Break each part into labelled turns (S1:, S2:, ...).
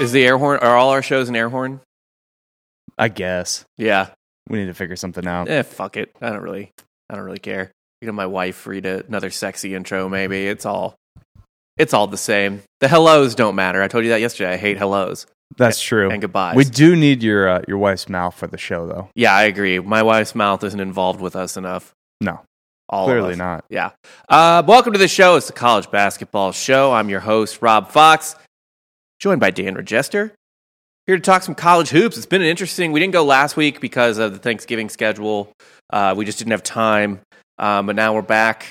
S1: Is the air horn? Are all our shows an air horn?
S2: I guess
S1: Yeah.
S2: we need to figure something out.
S1: Eh, fuck it. I don't really. I don't really care. You know, my wife read a, another sexy intro. Maybe it's all. It's all the same. The hellos don't matter. I told you that yesterday. I hate hellos
S2: That's true.
S1: eh, and goodbyes.
S2: We do need your uh, your wife's mouth for the show, though.
S1: yeah, I agree. My wife's mouth isn't involved with us enough.
S2: No,
S1: All of
S2: clearly
S1: us.
S2: not.
S1: Yeah. Uh, welcome to the show. It's the College Basketball Show. I'm your host, Rob Fox, joined by Dan Regester. Here to talk some college hoops. It's been an interesting. We didn't go last week because of the Thanksgiving schedule. Uh, we just didn't have time. Um, but now we're back,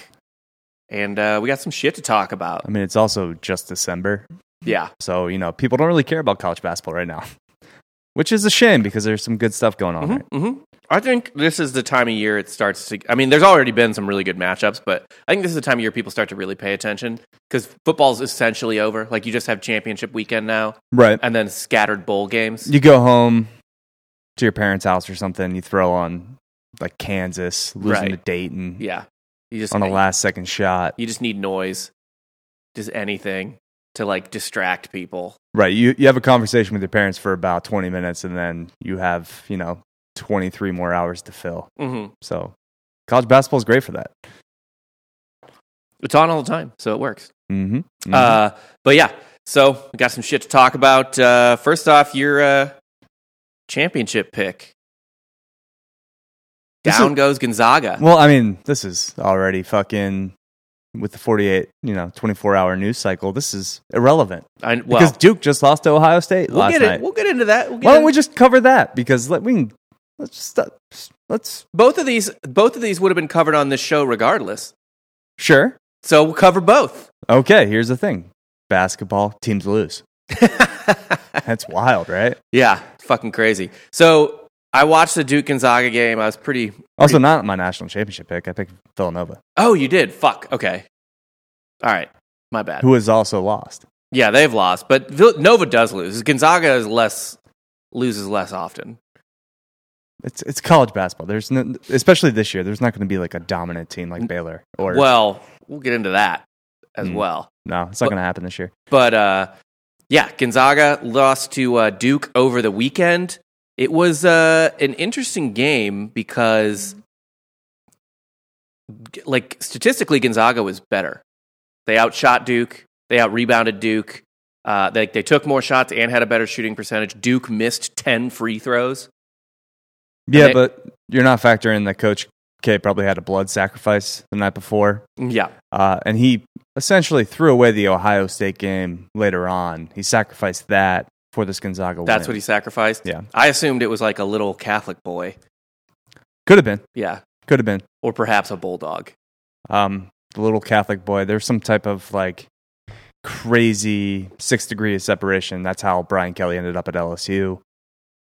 S1: and uh, we got some shit to talk about.
S2: I mean, it's also just December,
S1: Yeah,
S2: so you know people don't really care about college basketball right now, which is a shame because there's some good stuff going on.
S1: hmm
S2: Right?
S1: I think this is the time of year it starts to. I mean, there's already been some really good matchups, but I think this is the time of year people start to really pay attention because football's essentially over. Like you just have championship weekend now.
S2: Right.
S1: and then scattered bowl games.
S2: You go home to your parents' house or something. You throw on like Kansas losing
S1: Right.
S2: to Dayton
S1: yeah, you just
S2: on the last second shot.
S1: you just need noise, just anything to like distract people.
S2: Right. You you have a conversation with your parents for about 20 minutes and then you have, you know, 23 more hours to fill.
S1: Mm-hmm.
S2: So college basketball is great for that.
S1: It's on all the time, so it works.
S2: Mm-hmm.
S1: Uh, but yeah, so we got some shit to talk about. Uh, first off, your uh, championship pick.
S2: This is-
S1: Down goes Gonzaga.
S2: well, I mean, this is already fucking with the 48, you know, 24 hour news cycle. This is irrelevant
S1: I, well,
S2: because Duke just lost to Ohio State
S1: we'll
S2: last
S1: get
S2: night.
S1: it. We'll get into that. We'll get
S2: Why don't
S1: in-
S2: we just cover that? Because let, we can, let's just stop. Let's
S1: both of these, both of these would have been covered on this show regardless.
S2: sure.
S1: So we'll cover both.
S2: Okay. Here's the thing basketball teams lose. That's wild, right?
S1: Yeah, fucking crazy. So I watched the Duke Gonzaga game. I was pretty.
S2: Also, not my national championship pick. I picked Villanova,
S1: Oh, you did. Fuck. Okay. All right. My bad.
S2: who has also lost.
S1: Yeah, they've lost, but Vill- Nova does lose. Gonzaga is less loses less often.
S2: It's it's college basketball. There's no, especially this year. There's not going to be like a dominant team like Baylor or
S1: Well, we'll get into that as
S2: Mm.
S1: well.
S2: no, it's not going to happen this year.
S1: But uh, yeah, Gonzaga lost to uh, Duke over the weekend. It was uh, an interesting game because, g- like, statistically, Gonzaga was better. They outshot Duke. They out rebounded Duke. Uh, they, they took more shots and had a better shooting percentage. Duke missed 10 free throws.
S2: Yeah,
S1: they-
S2: but you're not factoring that Coach K probably had a blood sacrifice the night before,
S1: Yeah.
S2: uh, and he essentially threw away the Ohio State game later on. He sacrificed that for this Gonzaga.
S1: That's
S2: win.
S1: what he sacrificed.
S2: Yeah.
S1: I assumed it was like a little Catholic boy.
S2: could have been.
S1: Yeah.
S2: Could have been.
S1: Or perhaps a bulldog.
S2: um, the little Catholic boy. There's some type of like crazy six degree of separation. That's how Brian Kelly ended up at LSU.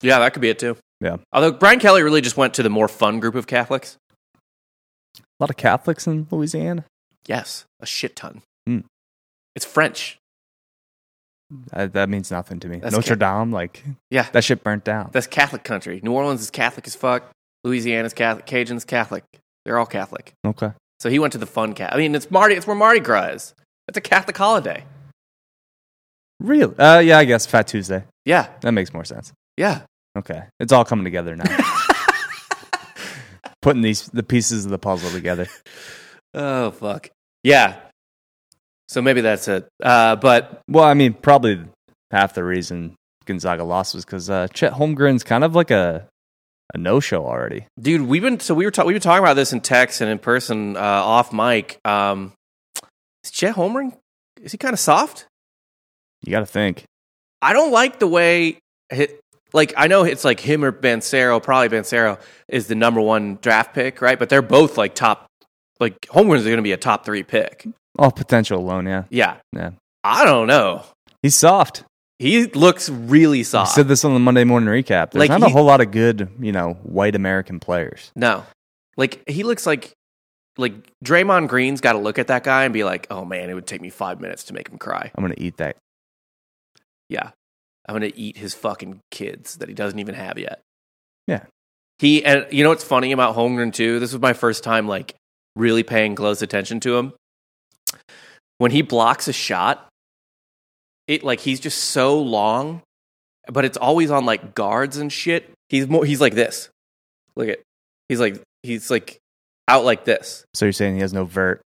S1: Yeah, that could be it too.
S2: Yeah.
S1: Although Brian Kelly really just went to the more fun group of Catholics.
S2: A lot of Catholics in Louisiana.
S1: Yes, a shit ton.
S2: Hmm.
S1: It's French.
S2: That, that means nothing to me.
S1: That's
S2: Notre Dame, like
S1: Yeah.
S2: that shit burnt down.
S1: That's Catholic country. New Orleans is Catholic as fuck. Louisiana's Catholic. Cajun's Catholic. They're all Catholic.
S2: okay,
S1: So he went to the fun cat. I mean, it's Mardi. It's where Mardi Gras is. It's a Catholic holiday.
S2: really? Uh, yeah, I guess Fat Tuesday.
S1: Yeah,
S2: That makes more sense.
S1: yeah.
S2: Okay, it's all coming together now. Putting these the pieces of the puzzle together.
S1: Oh fuck. Yeah. So maybe that's it. Uh, but
S2: Well, I mean, probably half the reason Gonzaga lost was because uh, Chet Holmgren's kind of like a a no show already.
S1: dude, we've been so we were ta- we've been talking about this in text and in person uh, off mic. Um, is Chet Holmgren is he kind of soft?
S2: You got to think.
S1: I don't like the way, hi- like, I know it's like him or Bancero, probably Bancero is the number one draft pick, right? But they're both like top, like, Holmgren's going to be a top three pick.
S2: All potential alone, yeah.
S1: Yeah.
S2: Yeah.
S1: I don't know.
S2: He's soft.
S1: He looks really
S2: I
S1: soft.
S2: said this on the Monday morning recap.
S1: Like,
S2: There's not a
S1: he-
S2: whole lot of good, you know, white American players.
S1: no. Like, he looks like, like, Draymond Green's got to look at that guy and be like, oh man, it would take me five minutes to make him cry.
S2: I'm going to eat that.
S1: Yeah. I'm going to eat his fucking kids that he doesn't even have yet.
S2: Yeah.
S1: He, and you know what's funny about Holmgren, too? This was my first time, like, really paying close attention to him. When he blocks a shot, it, like, he's just so long but it's always on like guards and shit. He's more he's like this. Look at he's like he's like out like this.
S2: So you're saying he has no vert?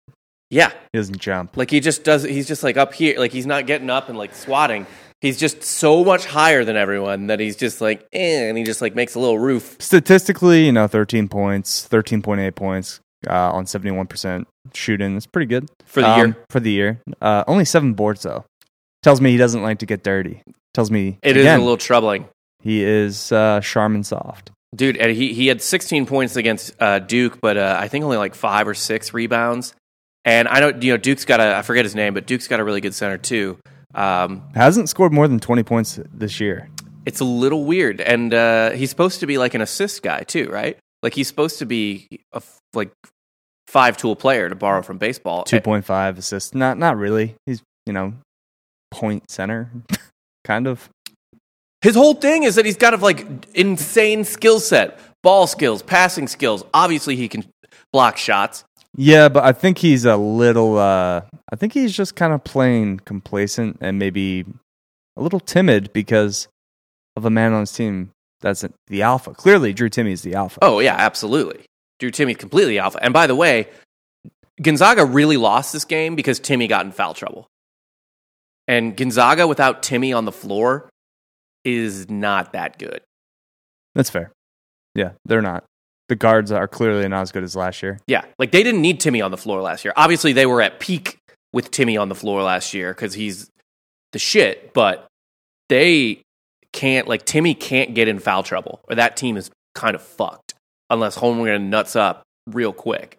S1: Yeah,
S2: He doesn't jump.
S1: like he just does. He's just like up here. Like he's not getting up and like swatting. He's just so much higher than everyone that he's just like, eh, and he just like makes a little roof.
S2: Statistically, you know, 13 points, 13.8 points uh, on 71% shooting. That's pretty good Um,
S1: For the year.
S2: For the year, uh, only seven boards though. Tells me he doesn't like to get dirty. Tells me
S1: It is
S2: again,
S1: a little troubling,
S2: He is uh, Charmin soft.
S1: dude. And he he had 16 points against uh, Duke, but uh, I think only like five or six rebounds. And I know you know Duke's got a I forget his name, but Duke's got a really good center too. Um,
S2: Hasn't scored more than 20 points this year.
S1: it's a little weird and uh, he's supposed to be like an assist guy too right like he's supposed to be a f- like five tool player to borrow from baseball
S2: Two point five assists. Not not really. He's you know point center, kind of.
S1: his whole thing is that he's got a like insane skill set ball skills passing skills obviously he can block shots
S2: Yeah, but I think he's a little. Uh, I think he's just kind of playing complacent and maybe a little timid because of a man on his team that's the alpha. Clearly, Drew Timmy is the alpha.
S1: oh yeah absolutely drew timmy completely alpha and by the way gonzaga really lost this game because timmy got in foul trouble and gonzaga without timmy on the floor is not that good
S2: That's fair. Yeah, they're not. The guards are clearly not as good as last year.
S1: Yeah, like they didn't need Timmy on the floor last year. Obviously, they were at peak with Timmy on the floor last year because he's the shit. But they can't like Timmy can't get in foul trouble, or that team is kind of fucked unless Holmgren nuts up real quick.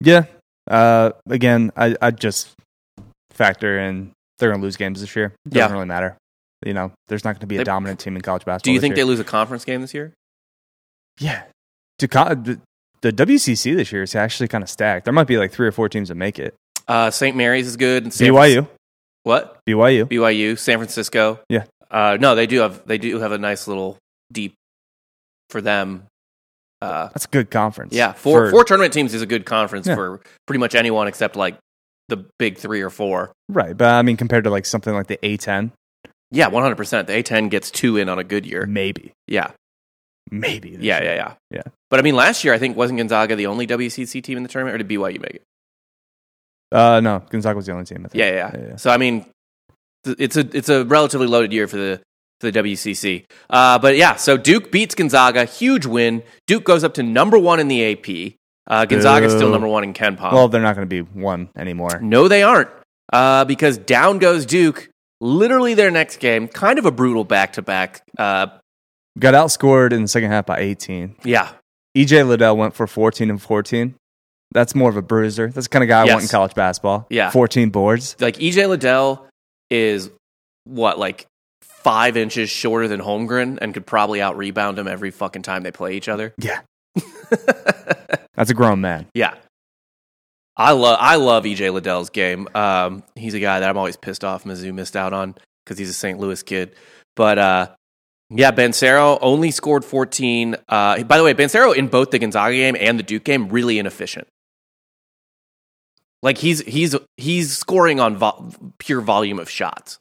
S2: Yeah. Uh, again, I, I just factor in they're going to lose games this year. Doesn't
S1: Yeah.
S2: really matter. You know, there's not going to be a
S1: They-
S2: dominant team in college basketball.
S1: Do you think they lose a conference game this year?
S2: they? Yeah. To co- the, the WCC this year is actually kind of stacked. There might be like three or four teams that make it.
S1: Uh, St. Mary's is good. And San
S2: BYU,
S1: what?
S2: BYU.
S1: BYU, San Francisco.
S2: Yeah.
S1: Uh, no, they do have they do have a nice little deep for them. Uh,
S2: That's a good conference.
S1: Yeah, four
S2: For-
S1: four tournament teams is a good conference
S2: Yeah.
S1: for pretty much anyone except like the big three or four.
S2: right, but I mean, compared to like something like the A10,
S1: Yeah, one hundred percent. The A ten gets two in on a good year.
S2: maybe,
S1: Yeah,
S2: maybe. this
S1: yeah,
S2: year.
S1: yeah, yeah,
S2: Mm-hmm. Yeah.
S1: But I mean, last year I think wasn't Gonzaga the only WCC team in the tournament, or did BYU make it?
S2: Uh, no, Gonzaga was the only team. I think.
S1: Yeah, yeah. yeah. So I mean, th- it's a it's a relatively loaded year for the for the WCC. Uh, but yeah, so Duke beats Gonzaga, huge win. Duke goes up to number one in the AP. Uh, Gonzaga's still
S2: Boo.
S1: number one in Ken Pom.
S2: Well, they're not going to be one anymore.
S1: No, they aren't. Uh, because down goes Duke. Literally their next game, kind of a brutal uh, back to back.
S2: Got outscored in the second half by 18.
S1: Yeah,
S2: EJ Liddell went for 14 and 14. That's more of a bruiser. That's the kind of guy I want
S1: Yes.
S2: in college basketball.
S1: Yeah.
S2: 14 boards.
S1: like EJ Liddell is what like five inches shorter than Holmgren and could probably out rebound him every fucking time they play each other.
S2: Yeah. That's a grown man.
S1: Yeah. I love I love EJ Liddell's game. Um, he's a guy that I'm always pissed off Mizzou missed out on because he's a St. Louis kid. But uh, yeah, Bancero only scored 14. Uh, by the way, Bancero in both the Gonzaga game and the Duke game really inefficient. Like he's he's he's scoring on vo- pure volume of shots.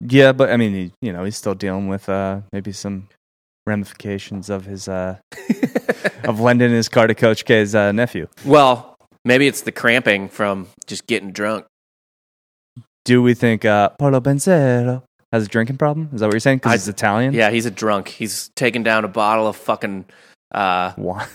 S2: Yeah, but I mean, he, you know, he's still dealing with uh, maybe some ramifications of his, uh, of lending his car to Coach K's uh, nephew.
S1: Well, maybe it's the cramping from just getting drunk.
S2: Do we think uh, Polo Benzero has a drinking problem? Is that what you're saying?
S1: I-
S2: Because he's Italian?
S1: Yeah, he's a drunk. He's taking down a bottle of fucking uh,
S2: Why?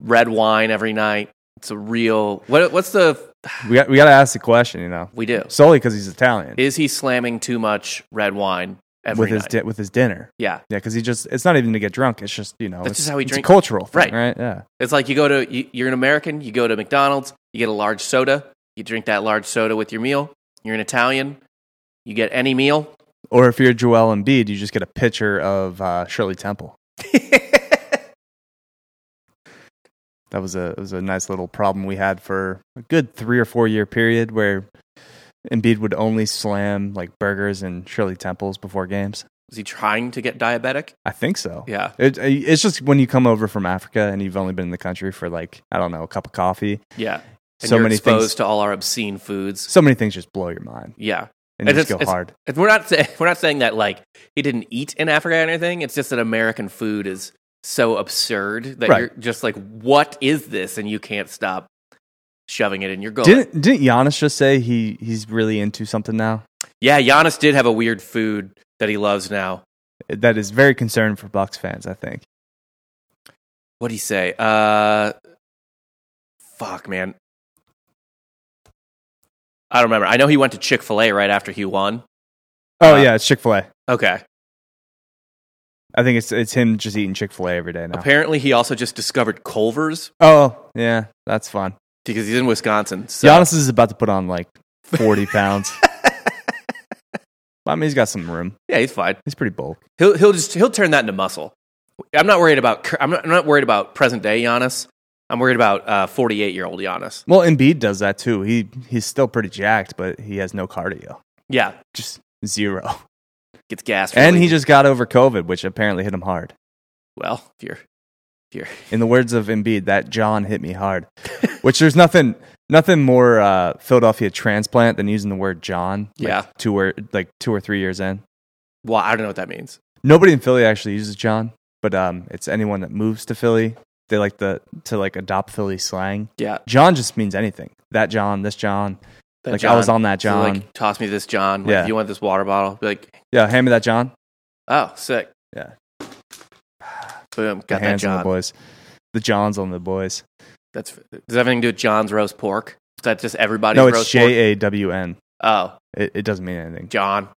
S1: red wine every night. It's a real. What, what's the?
S2: We got, we got to ask the question, you know.
S1: We do.
S2: Solely because he's Italian.
S1: Is he slamming too much red wine every
S2: with
S1: night?
S2: his, di- with his dinner.
S1: yeah,
S2: Yeah, because he just—it's not even to get drunk. It's just you know,
S1: That's
S2: it's,
S1: just how he
S2: it's
S1: drink-
S2: A cultural,
S1: Right.
S2: thing, right? Yeah.
S1: it's like you go to. You, you're an American. You go to McDonald's. You get a large soda. You drink that large soda with your meal. You're an Italian. You get any meal.
S2: Or if you're Joel Embiid, you just get a picture of uh, Shirley Temple. That was a it was a nice little problem we had for a good three or four year period where Embiid would only slam like burgers and Shirley Temples before games.
S1: Is he trying to get diabetic?
S2: I think so.
S1: Yeah.
S2: It, it's just when you come over from Africa and you've only been in the country for like I don't know a cup of coffee,
S1: Yeah. And
S2: so
S1: you're
S2: many
S1: exposed
S2: things,
S1: to all our obscene foods.
S2: so many things just blow your mind.
S1: Yeah.
S2: and
S1: It's-
S2: just go
S1: it's-
S2: hard.
S1: If We're not say- we're not saying that like he didn't eat in Africa or anything. It's just that American food is so absurd that
S2: Right.
S1: you're just like, what is this? And you can't stop shoving it in your gullet.
S2: Didn't didn't Giannis just say he he's really into something now
S1: yeah, Giannis did have a weird food that he loves now.
S2: that is very concerning for Bucks fans? I think.
S1: What would he say? Uh, fuck, man. I don't remember. I know he went to Chick Fil A right after he won.
S2: Oh
S1: Uh,
S2: yeah, it's Chick Fil A.
S1: Okay.
S2: I think it's it's him just eating Chick Fil A every day now.
S1: Apparently, he also just discovered Culver's
S2: oh yeah, that's fun.
S1: because he's in Wisconsin. So
S2: Giannis is about to put on like forty pounds. I mean, he's got some room.
S1: yeah, he's fine.
S2: He's pretty bulk.
S1: He'll he'll just he'll turn that into muscle. I'm not worried about cur- I'm not, I'm not worried about present day Giannis. I'm worried about 48 year old Giannis.
S2: Well, Embiid does that too. He he's still pretty jacked, but he has no cardio,
S1: Yeah,
S2: just zero.
S1: gets gassed.
S2: And he
S1: really-
S2: just got over COVID, which apparently hit him hard.
S1: well, if you're if you're
S2: In the words of Embiid, that John hit me hard. Which there's nothing nothing more uh, Philadelphia transplant than using the word John. like,
S1: Yeah.
S2: two or like two or three years in.
S1: well, I don't know what that means.
S2: Nobody in Philly actually uses John, but um, it's anyone that moves to Philly. They like the to like adopt Philly slang.
S1: Yeah,
S2: John just means anything. That John, this John.
S1: that
S2: like I was on that
S1: So,
S2: John.
S1: like toss me this John. Like,
S2: Yeah.
S1: if you want this water bottle, be like
S2: yeah, hand me that John.
S1: oh sick.
S2: Yeah.
S1: Boom, got
S2: The
S1: that
S2: hands on the
S1: John.
S2: boys. The Johns on the boys.
S1: That's does that have anything to do with John's roast pork? Is that just everybody's
S2: no, it's
S1: roast pork?
S2: J A W N.
S1: Oh,
S2: It, it doesn't mean anything.
S1: John.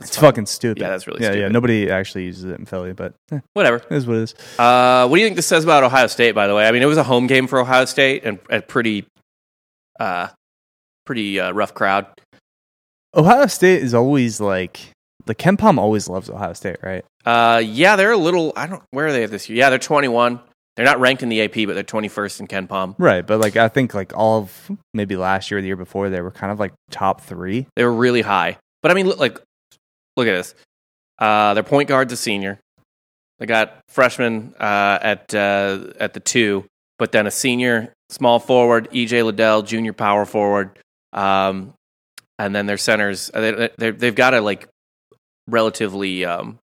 S2: It's fucking stupid.
S1: Yeah, that's really
S2: yeah, Yeah,
S1: stupid.
S2: nobody actually uses it in Philly, but eh,
S1: Whatever.
S2: it is what it is.
S1: Uh, what do you think this says about Ohio State? By the way, I mean it was a home game for Ohio State and a pretty, uh, pretty uh, rough crowd.
S2: Ohio State is always like the Ken Palm always loves Ohio State, right?
S1: Uh, yeah, they're a little. I don't. Where are they this year? Yeah, they're 21. They're not ranked in the AP, but they're 21st in Ken Palm.
S2: Right, but like I think like all of maybe last year or the year before they were kind of like top three.
S1: They were really high. But I mean, look, like, look at this. Uh, their point guard's a senior. They got freshman uh, at uh, at the two, but then a senior small forward, EJ Liddell, junior power forward, um, and then their centers. uh, They, they, they've got a like relatively um,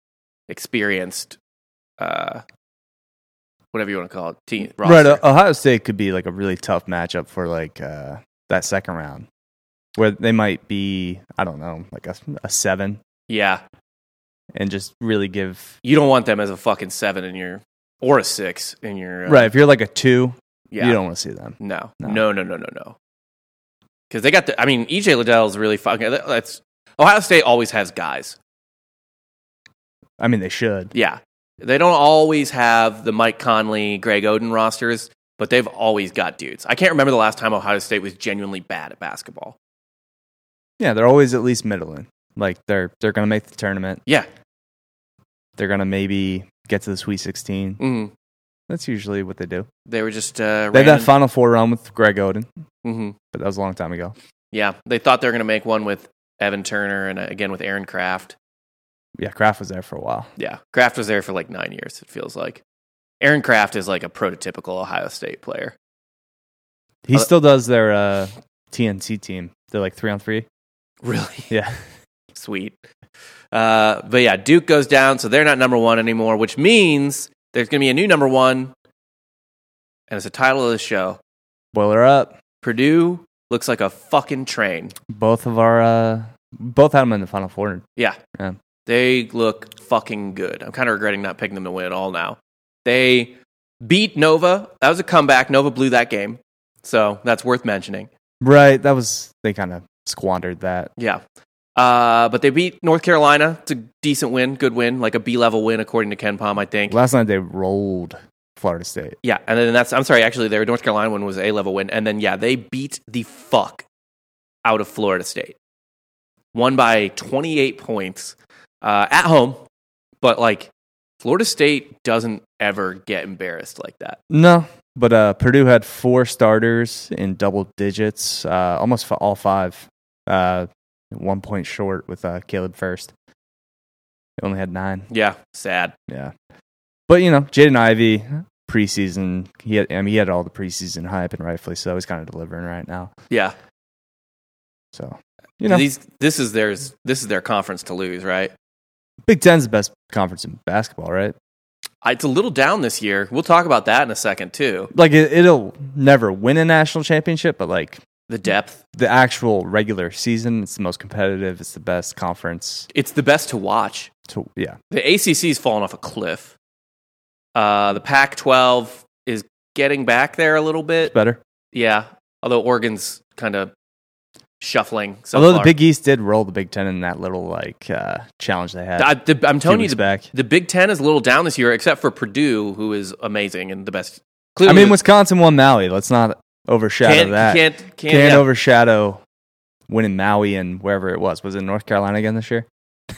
S1: experienced, uh, whatever you want to call it, team roster.
S2: Right, uh, Ohio State could be like a really tough matchup for like uh, that second round, where they might be I don't know like a, a seven
S1: yeah,
S2: and just really give
S1: you don't want them as a fucking seven in your or a six in your uh,
S2: right. If you're like a two,
S1: Yeah,
S2: you don't want to see them.
S1: No,
S2: No.
S1: no, no, no, no, no. Because they got the. I mean, E EJ Liddell's really fucking. that- That's Ohio State always has guys.
S2: I mean, they should.
S1: Yeah, they don't always have the Mike Conley, Greg Oden rosters, but they've always got dudes. I can't remember the last time Ohio State was genuinely bad at basketball.
S2: Yeah, they're always at least middling. Like they're they're gonna make the tournament.
S1: Yeah.
S2: They're gonna maybe get to the Sweet Sixteen.
S1: Mm.
S2: That's usually what they do.
S1: They were just uh,
S2: They had that
S1: random-
S2: Final Four run with Greg Oden,
S1: Mhm.
S2: but that was a long time ago.
S1: Yeah, they thought they were going to make one with Evan Turner and uh, again with Aaron Kraft.
S2: Yeah, Kraft was there for a while.
S1: Yeah, Kraft was there for like nine years. It feels like Aaron Kraft is like a prototypical Ohio State player.
S2: He
S1: Uh,
S2: still does their uh, TNC team. They're like three on three.
S1: Really.
S2: Yeah,
S1: Sweet. Uh, but yeah, Duke goes down, so they're not number one anymore, which means there's going to be a new number one, and it's the title of the show.
S2: boiler up.
S1: Purdue looks like a fucking train.
S2: Both of our uh, both had them in the Final Four.
S1: Yeah.
S2: Yeah.
S1: They look fucking good. I'm kind of regretting not picking them to win at all now. They beat Nova. That was a comeback. Nova blew that game. So that's worth mentioning.
S2: Right. That was they kind of squandered that.
S1: Yeah. Uh, but they beat North Carolina. It's a decent win, good win, like a B level win, according to Ken Palm, I think.
S2: Last night they rolled Florida State.
S1: Yeah, and then that's I'm sorry, actually their North Carolina one was A level win, and then yeah, they beat the fuck out of Florida State. Won by 28 points uh, at home, but like Florida State doesn't ever get embarrassed like that.
S2: No, but uh, Purdue had four starters in double digits, uh, almost f- all five. Uh, one point short with uh, Caleb first. They only had nine.
S1: Yeah, sad.
S2: Yeah, but you know, Jaden Ivey preseason. He had, I mean, he had all the preseason hype and rightfully so. He's kind of delivering right now.
S1: Yeah,
S2: So You know,
S1: These this is theirs. This is their conference to lose, right?
S2: Big Ten's the best conference in basketball, right?
S1: I- It's a little down this year. We'll talk about that in a second too.
S2: Like it, it'll never win a national championship, but like
S1: The depth.
S2: the actual regular season, it's the most competitive. It's the best conference.
S1: It's the best to watch.
S2: To yeah,
S1: The ACC's fallen off a cliff. Uh, the Pac-12 is getting back there a little
S2: it's
S1: bit.
S2: better.
S1: Yeah, although Oregon's kind of shuffling. So
S2: Although
S1: far.
S2: the Big East did roll the Big Ten in that little like uh, challenge they had.
S1: I, the, I'm
S2: two
S1: telling you,
S2: weeks
S1: the,
S2: back.
S1: the Big Ten is a little down this year, except for Purdue, who is amazing and the best.
S2: I
S1: Clearly,
S2: mean, Wisconsin won Maui. Let's not overshadow
S1: can't,
S2: that.
S1: can't can't
S2: Can't,
S1: yeah.
S2: overshadow winning Maui and wherever it was. Was it North Carolina again this year? 'Cause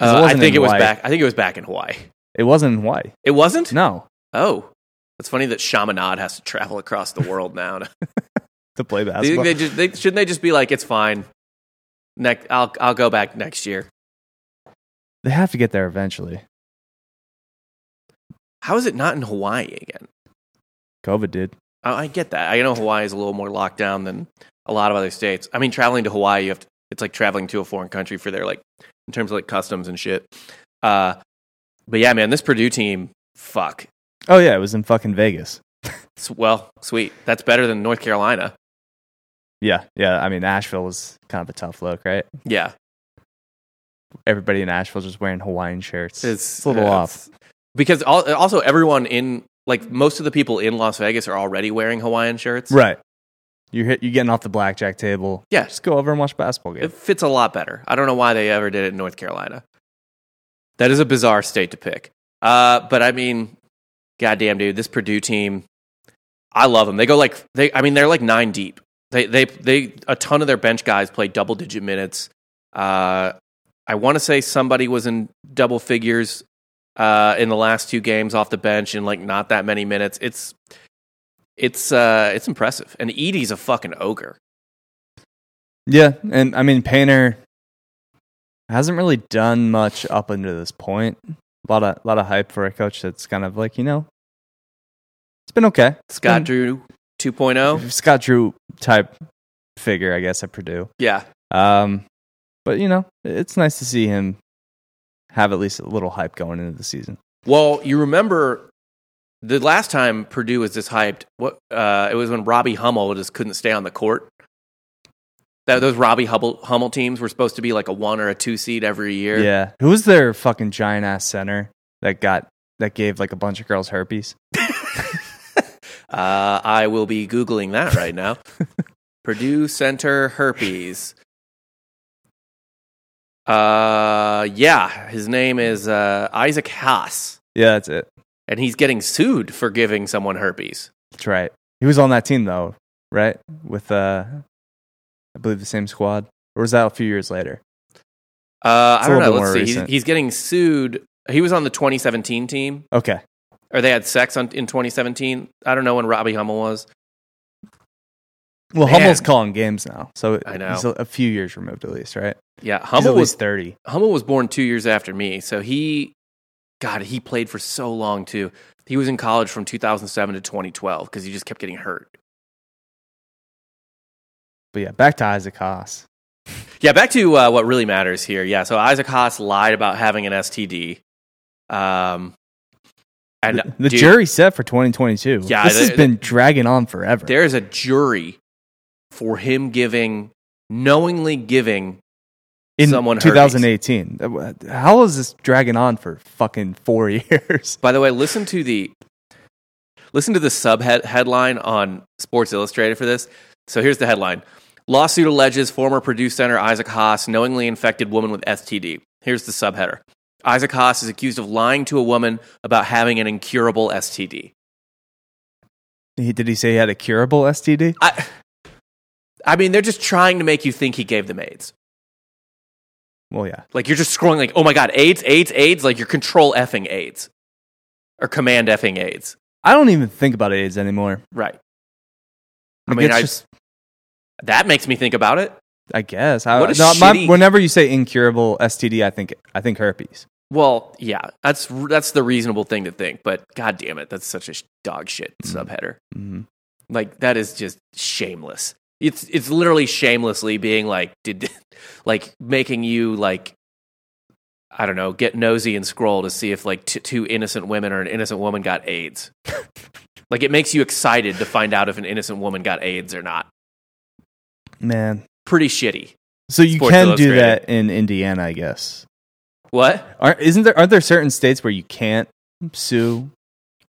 S1: Uh, I
S2: wasn't
S1: think
S2: in
S1: it was
S2: Hawaii.
S1: back. I think it was back in Hawaii.
S2: It wasn't in Hawaii.
S1: It wasn't.
S2: No,
S1: Oh, it's funny that Chaminade has to travel across the world now. Do
S2: to play
S1: you think
S2: basketball.
S1: they just they, shouldn't they just be like it's fine? Next, I'll I'll go back next year.
S2: They have to get there eventually.
S1: How is it not in Hawaii again?
S2: COVID did.
S1: I, I get that. I know Hawaii is a little more locked down than a lot of other states. I mean, traveling to Hawaii, you have to, it's like traveling to a foreign country for their like in terms of like customs and shit. Uh, but yeah, man, this Purdue team, fuck.
S2: Oh yeah, it was in fucking Vegas.
S1: It's, well, sweet. That's better than North Carolina.
S2: Yeah, yeah. I mean, Asheville was kind of a tough look, right?
S1: Yeah,
S2: Everybody in Asheville's just wearing Hawaiian shirts.
S1: it's,
S2: It's a little
S1: it's- because al- also everyone in like most of the people in Las Vegas are already wearing Hawaiian shirts.
S2: right. You're hit, you're getting off the blackjack table.
S1: Yeah.
S2: just go over and watch a basketball game.
S1: It fits a lot better. I don't know why they ever did it in North Carolina. That is a bizarre state to pick. Uh, but I mean, goddamn, dude, this Purdue team, I love them. They go like they. I mean, they're like nine deep. They they they a ton of their bench guys play double digit minutes. Uh, I want to say somebody was in double figures uh, in the last two games off the bench in like not that many minutes. It's it's uh, it's impressive. And Edie's a fucking ogre.
S2: Yeah, and I mean Painter hasn't really done much up until this point. A lot of lot of hype for a coach that's kind of like you know, it's been okay. It's
S1: Scott
S2: been-
S1: Drew oh. 2.0.
S2: Scott Drew type figure, I guess, at Purdue.
S1: Yeah.
S2: Um, but you know, it's nice to see him have at least a little hype going into the season.
S1: Well, you remember the last time Purdue was this hyped. What uh, it was when Robbie Hummel just couldn't stay on the court. That those Robbie Hummel, Hummel teams were supposed to be like a one or a two seed every year.
S2: Yeah, who was their fucking giant ass center that got that gave like a bunch of girls herpes?
S1: Uh, I will be googling that right now. Purdue Center herpes. Uh, yeah, his name is uh, Isaac Haas,
S2: Yeah, that's it.
S1: and he's getting sued for giving someone herpes.
S2: That's right. He was on that team though, right? With uh, I believe the same squad, or was that a few years later?
S1: Uh, I
S2: It's a
S1: don't know.
S2: little bit
S1: Let's
S2: more
S1: see. He's,
S2: recent.
S1: he's getting sued. He was on the 2017 team,
S2: Okay,
S1: or they had sex on, in 2017. I don't know when Robbie Hummel was.
S2: well,
S1: Man.
S2: Hummel's calling games now, so
S1: I know.
S2: he's a, a few years removed at least, right?
S1: Yeah,
S2: He's
S1: Hummel
S2: at least
S1: was
S2: thirty.
S1: Hummel was born two years after me, so he, God, he played for so long too. He was in college from 2007 to 2012 because he just kept getting hurt.
S2: But yeah, back to Isaac Haas.
S1: Yeah, back to uh, what really matters here. Yeah, so Isaac Haas lied about having an STD. Um, and uh,
S2: The, the
S1: dude,
S2: jury set for 2022.
S1: Yeah,
S2: this
S1: the-
S2: has been dragging on forever.
S1: there is a jury for him giving knowingly giving
S2: in
S1: someone herpes.
S2: 2018. How is this dragging on for fucking four years?
S1: By the way, listen to the listen to the subhead headline on Sports Illustrated for this. So here's the headline: Lawsuit alleges former Purdue center Isaac Haas knowingly infected woman with STD. Here's the subheader: Isaac Haas is accused of lying to a woman about having an incurable STD.
S2: He, did he say he had a curable STD?
S1: I, I mean, they're just trying to make you think he gave them AIDS.
S2: Well, yeah.
S1: Like you're just scrolling, like, oh my god, AIDS, AIDS, AIDS. Like you're control effing AIDS or command effing AIDS.
S2: I don't even think about AIDS anymore.
S1: Right. I
S2: Like,
S1: mean,
S2: it's
S1: I-
S2: just,
S1: That makes me think about it.
S2: I guess. I,
S1: What a
S2: no, my-
S1: shitty-
S2: whenever you say incurable STD, I think I think herpes.
S1: Well, yeah, that's that's the reasonable thing to think, but god damn it, that's such a sh- dog shit subheader.
S2: Mhm.
S1: Like that is just shameless. It's it's literally shamelessly being like, did like making you like I don't know, get nosy and scroll to see if like t- two innocent women or an innocent woman got AIDS. like it makes you excited to find out if an innocent woman got AIDS or not.
S2: Man.
S1: Pretty shitty.
S2: So you
S1: Sports
S2: can do
S1: Illustrated.
S2: that in Indiana, I guess.
S1: What?
S2: Aren't isn't there aren't there certain states where you can't sue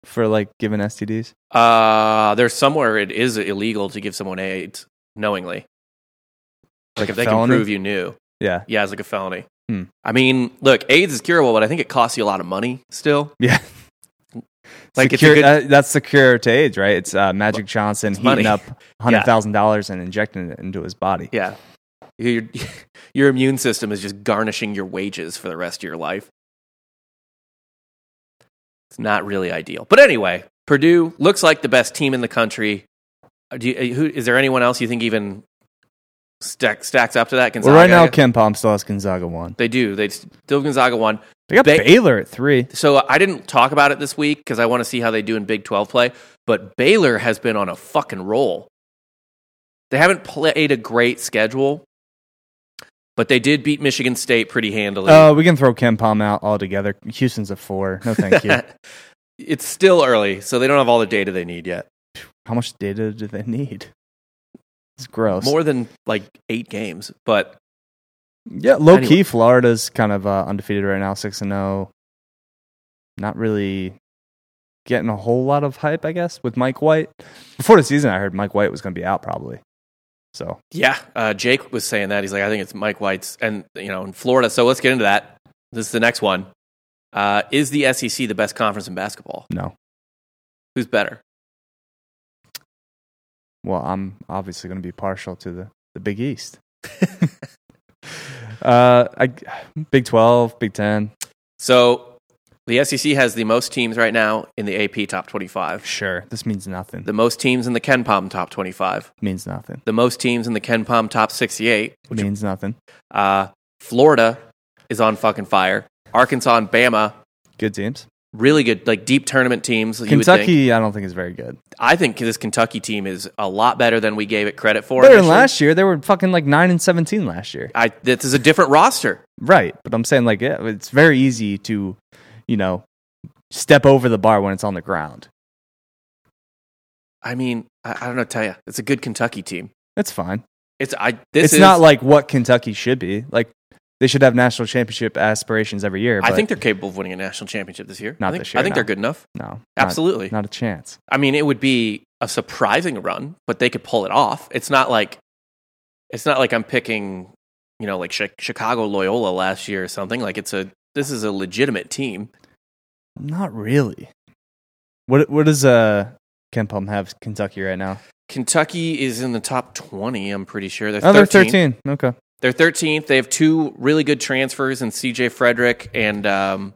S2: for like given STDs?
S1: Uh, there's somewhere it is illegal to give someone AIDS knowingly. Like,
S2: Like
S1: if they
S2: felony?
S1: can prove you knew.
S2: Yeah.
S1: Yeah, it's like a felony.
S2: Hmm.
S1: I mean, look, AIDS is curable, but I think it costs you a lot of money still.
S2: Yeah.
S1: Like, it's a
S2: secure,
S1: good-
S2: uh, that's the cure to AIDS, right? It's uh, Magic Johnson heating
S1: money.
S2: up hundred thousand dollars and injecting it into his body.
S1: Yeah. Your, your immune system is just garnishing your wages for the rest of your life. It's not really ideal. But anyway, Purdue looks like the best team in the country. Uh, Do you, uh, who, is there anyone else you think even stack, stacks up to that?
S2: Well, right now,
S1: Gonzaga?
S2: Ken Palm still has Gonzaga one.
S1: They do. They still Gonzaga won.
S2: They got
S1: Ba-
S2: Baylor at three.
S1: So I didn't talk about it this week because I want to see how they do in Big 12 play. But Baylor has been on a fucking roll. They haven't played a great schedule, but they did beat Michigan State pretty handily.
S2: Uh, we can throw Ken Palm out altogether. Houston's a four. No, thank you.
S1: it's still early, so they don't have all the data they need yet.
S2: How much data do they need? It's gross.
S1: More than like eight games, but
S2: yeah, low
S1: Anyway.
S2: key. Florida's kind of uh, undefeated right now, six and zero. Not really getting a whole lot of hype, I guess, with Mike White. Before the season, I heard Mike White was going to be out probably. So
S1: yeah, uh, Jake was saying that. He's like, I think it's Mike White's, and you know, in Florida. So let's get into that. This is the next one. Uh, is the SEC the best conference in basketball?
S2: no.
S1: Who's better?
S2: Well, I'm obviously going to be partial to the, the Big East. uh, I, Big 12, Big 10.
S1: So the SEC has the most teams right now in the AP top 25,
S2: Sure. This means nothing.
S1: the most teams in the Ken Palm top 25,
S2: means nothing.
S1: the most teams in the Ken Palm top 68.
S2: means nothing.
S1: Uh, Florida is on fucking fire. Arkansas and Bama,
S2: Good teams.
S1: really good, like deep tournament teams. you would think.
S2: Kentucky, I don't think is very good.
S1: I think this Kentucky team is a lot better than we gave it credit for.
S2: Better than
S1: initially.
S2: last year. They were fucking like 9 and 17 last year.
S1: I, this is a different roster.
S2: Right. But I'm saying like yeah, it's very easy to, you know, step over the bar when it's on the ground.
S1: I mean, I, I don't know, tell you, it's a good Kentucky team.
S2: That's fine.
S1: It's I. This
S2: it's
S1: is
S2: not like what Kentucky should be. Like they should have national championship aspirations every year.
S1: I
S2: but
S1: think they're capable of winning a national championship this year.
S2: Not
S1: I think,
S2: this year,
S1: I think
S2: no.
S1: they're good enough.
S2: no. not-
S1: Absolutely.
S2: Not a chance.
S1: I mean, it would be a surprising run, but they could pull it off. It's not like it's not like I'm picking, you know, like Chi- Chicago Loyola last year or something. Like it's a this is a legitimate team.
S2: Not really. What what does uh Ken Palm have Kentucky right now?
S1: Kentucky is in the top 20, I'm pretty sure. They're 13th.
S2: Oh, they're thirteen. Okay.
S1: They're 13th. They have two really good transfers in CJ Frederick and um,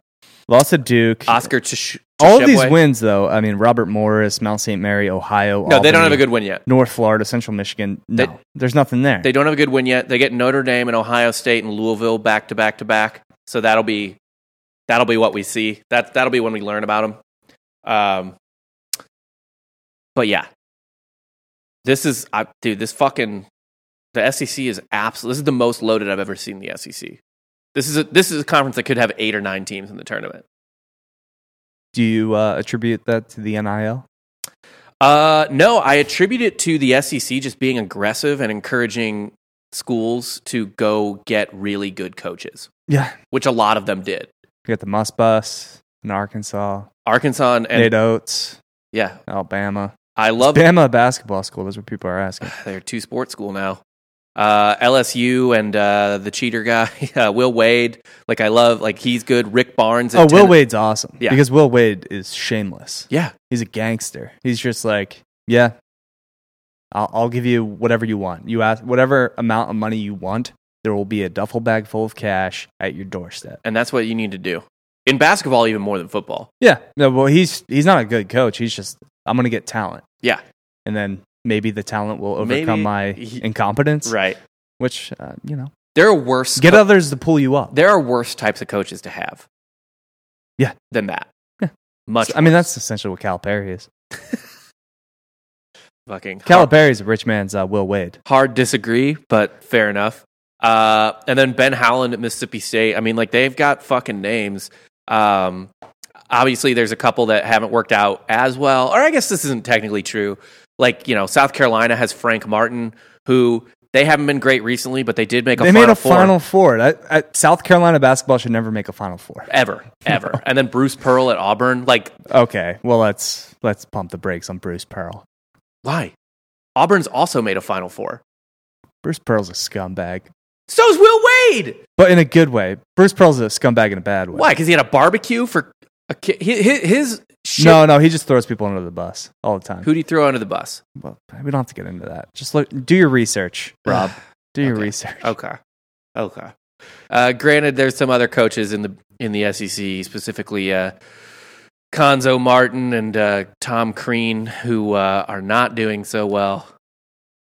S2: Lost to Duke.
S1: Oscar Tish-
S2: All of these
S1: Tshiebwe.
S2: wins though, I mean Robert Morris, Mount St. Mary, Ohio.
S1: No, they don't have
S2: Albany,
S1: a good win yet.
S2: North Florida, Central Michigan. No.
S1: They-
S2: there's nothing there.
S1: They don't have a good win yet. They get Notre Dame and Ohio State and Louisville back to back to back. So that'll be that'll be what we see. That that'll be when we learn about them. Um, but yeah, this is I, dude. This fucking the SEC is absolutely. This is the most loaded I've ever seen the SEC. This is a, this is a conference that could have eight or nine teams in the tournament.
S2: Do you uh, attribute that to the NIL?
S1: Uh, no, I attribute it to the SEC just being aggressive and encouraging schools to go get really good coaches.
S2: Yeah.
S1: which a lot of them did.
S2: You got the Must Bus in Arkansas,
S1: Arkansas and, and-
S2: Nate Oates,
S1: yeah,
S2: Alabama.
S1: I love
S2: Bama basketball school. That's what people are asking.
S1: they're two sports school now. Uh, LSU and uh, the cheater guy uh, Will Wade. Like I love like he's good. Rick Barnes. at
S2: Oh, Will
S1: ten-
S2: Wade's awesome.
S1: Yeah.
S2: Because Will Wade is shameless.
S1: Yeah,
S2: He's a gangster. He's just like, yeah, I'll, I'll give you whatever you want. You ask whatever amount of money you want. There will be a duffel bag full of cash at your doorstep.
S1: and that's what you need to do in basketball even more than football.
S2: Yeah. No, well, he's he's not a good coach. He's just I'm going to get talent.
S1: Yeah.
S2: And then maybe the talent will overcome
S1: Maybe
S2: my
S1: he-
S2: incompetence.
S1: Right.
S2: Which uh, you know,
S1: There are worse.
S2: get
S1: co-
S2: others to pull you up.
S1: There are worse types of coaches to have.
S2: Yeah.
S1: Than that.
S2: Yeah.
S1: Much.
S2: I mean, that's essentially what Calipari is.
S1: fucking hard,
S2: Calipari is a rich man's uh, Will Wade.
S1: hard disagree, but fair enough. Uh, and then Ben Howland at Mississippi State. I mean, like they've got fucking names. Um, obviously, there's a couple that haven't worked out as well. Or I guess this isn't technically true. Like you know, South Carolina has Frank Martin, who they haven't been great recently, but they did make a
S2: they
S1: final
S2: made a
S1: four
S2: Final Four. I, I, South Carolina basketball should never make a Final Four.
S1: ever, ever. And then Bruce Pearl at Auburn. Like
S2: Okay, well let's let's pump the brakes on Bruce Pearl.
S1: why? Auburn's also made a Final Four.
S2: Bruce Pearl's a scumbag,
S1: So's Will Wade.
S2: but in a good way. Bruce Pearl's a scumbag in a bad way.
S1: Why? Because he had a barbecue for a kid. His, his shit.
S2: No, no, he just throws people under the bus all the time.
S1: Who do you throw under the bus?
S2: well, we don't have to get into that. Just look, do your research, Rob. Do your
S1: Okay.
S2: research.
S1: Okay. Okay. Uh, granted, there's some other coaches in the in the SEC, specifically uh, Conzo Martin and uh, Tom Crean, who uh, are not doing so well.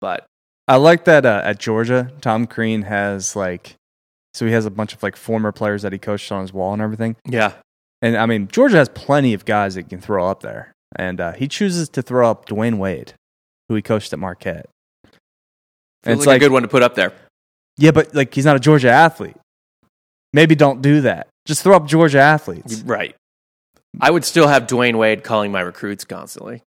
S1: But
S2: I like that uh, at Georgia, Tom Crean has like, so he has a bunch of like former players that he coached on his wall and everything.
S1: yeah,
S2: And I mean, Georgia has plenty of guys that can throw up there, and uh, he chooses to throw up Dwayne Wade, who he coached at Marquette. And
S1: it's like, a good one to put up there.
S2: yeah, but like he's not a Georgia athlete. Maybe don't do that. Just throw up Georgia athletes.
S1: Right. I would still have Dwayne Wade calling my recruits constantly.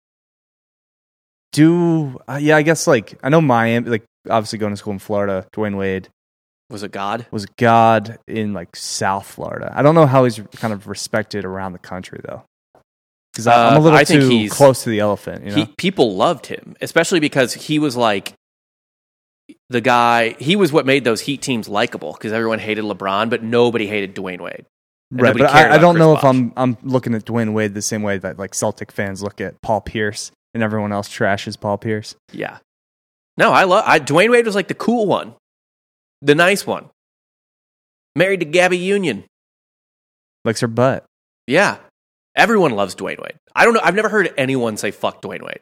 S2: Do uh, yeah, I guess like I know Miami, like obviously going to school in Florida, Dwayne Wade
S1: Was it God?
S2: was God in like South Florida. I don't know how he's kind of respected around the country though, because I'm
S1: Uh,
S2: a little
S1: I think
S2: too
S1: he's-
S2: close to the elephant. You know,
S1: he, people loved him, especially because he was like the guy. He was what made those Heat teams likable because everyone hated LeBron, but nobody hated Dwayne Wade. and
S2: right?
S1: nobody
S2: But
S1: cared
S2: I, I
S1: about
S2: don't
S1: Chris
S2: know
S1: Bosh.
S2: if I'm I'm looking at Dwayne Wade the same way that like Celtic fans look at Paul Pierce and everyone else trashes Paul Pierce.
S1: Yeah. No, I love. I, Dwayne Wade was like the cool one, the nice one. Married to Gabby Union.
S2: Licks her butt.
S1: Yeah. Everyone loves Dwayne Wade. I don't know. I've never heard anyone say fuck Dwayne Wade.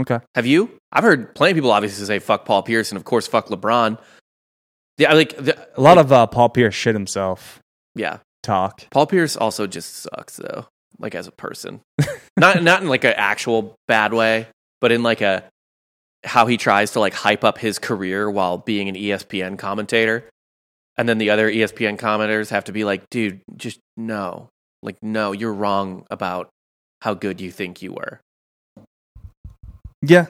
S2: Okay,
S1: Have you? I've heard plenty of people obviously say fuck Paul Pierce and of course fuck LeBron. Yeah, like the,
S2: a lot of uh, Paul Pierce shit himself
S1: yeah.
S2: talk.
S1: Paul Pierce also just sucks though, like as a person. not not in like an actual bad way, but in like a how he tries to like hype up his career while being an E ESPN commentator. And then the other E ESPN commenters have to be like, dude, just no. Like, no, you're wrong about how good you think you were.
S2: Yeah,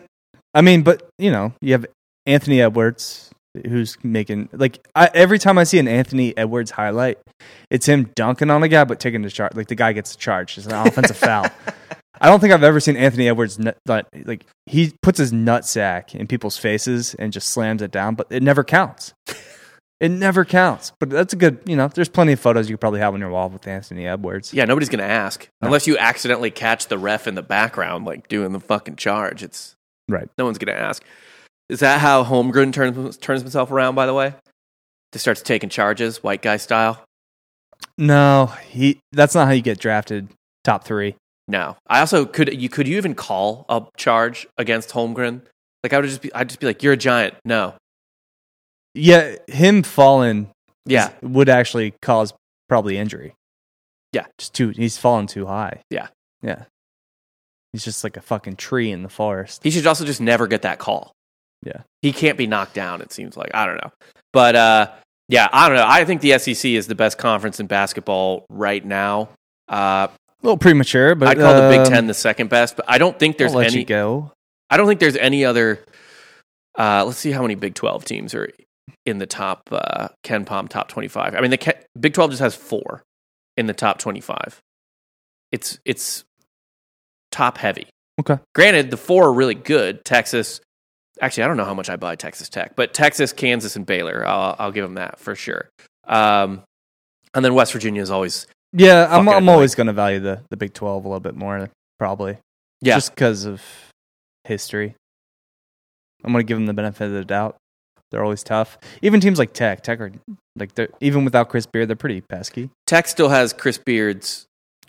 S2: I mean, but you know, you have Anthony Edwards who's making like I, every time I see an Anthony Edwards highlight, it's him dunking on a guy but taking the charge. Like the guy gets charged. It's an offensive foul. I don't think I've ever seen Anthony Edwards nut, like, like he puts his nutsack in people's faces and just slams it down, but it never counts. It never counts. But that's a good, you know, there's plenty of photos you could probably have on your wall with Anthony Edwards.
S1: Yeah, nobody's gonna ask. Unless you accidentally catch the ref in the background, like doing the fucking charge. It's
S2: Right.
S1: No one's gonna ask. Is that how Holmgren turns turns himself around? By the way, just starts taking charges, white guy style.
S2: No, he that's not how you get drafted top 3.
S1: No, I also could you could you even call a charge against Holmgren? Like I would just be I'd just be like, you're a giant. No,
S2: Yeah, him falling
S1: yeah,
S2: would actually cause probably injury.
S1: Yeah.
S2: Just too he's fallen too high.
S1: Yeah.
S2: Yeah. He's just like a fucking tree in the forest.
S1: he should also just never get that call.
S2: Yeah.
S1: he can't be knocked down. It seems like I don't know, but uh, yeah, I don't know. I think the SEC is the best conference in basketball right now. Uh,
S2: A little premature, but
S1: I'd call the Big
S2: um,
S1: Ten the second best, but I don't think there's
S2: I'll let
S1: any.
S2: you go.
S1: I don't think there's any other. Uh, let's see how many Big Twelve teams are in the top uh, Ken Palm top twenty-five. I mean, the Ke- Big Twelve just has four in the top twenty-five. It's it's top heavy.
S2: Okay.
S1: Granted, the four are really good. Texas, actually, I don't know how much I buy Texas Tech, but Texas, Kansas, and Baylor. I'll, I'll give them that for sure. Um, and then West Virginia is always
S2: Yeah, I'm
S1: Fucking
S2: I'm always gonna value the, the Big Twelve a little bit more, probably.
S1: yeah.
S2: Just because of history. I'm gonna give them the benefit of the doubt. They're always tough. Even teams like Tech, Tech are like they're even without Chris Beard, they're pretty pesky
S1: Tech still has Chris Beard's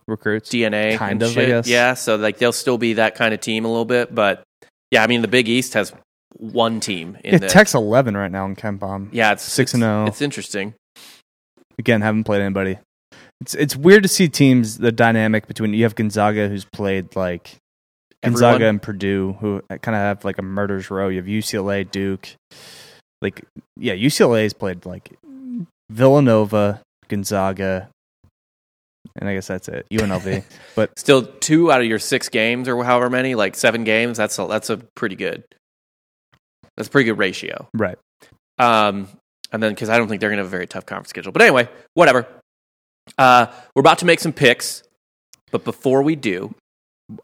S2: recruits.
S1: DNA
S2: Kind
S1: and
S2: of, I
S1: shit.
S2: guess.
S1: Yeah, so like they'll still be that kind of team a little bit, but yeah, I mean the Big East has one team in
S2: yeah,
S1: the
S2: Tech's eleven right now in Ken Palm.
S1: yeah, it's it's-
S2: six and oh.
S1: It's interesting.
S2: again haven't played anybody it's it's weird to see teams the dynamic between you have gonzaga who's played like Gonzaga
S1: Everyone-
S2: and Purdue, who kind of have like a murder's row. You have UCLA, Duke. Like, yeah, UCLA's played like Villanova, Gonzaga, and I guess that's it. UNLV.
S1: Still two out of your six games or however many, like seven games. That's a, that's a pretty good. That's a pretty good ratio.
S2: right.
S1: Um, and then because I don't think they're going to have a very tough conference schedule. But anyway, whatever. Uh, we're about to make some picks, but before we do,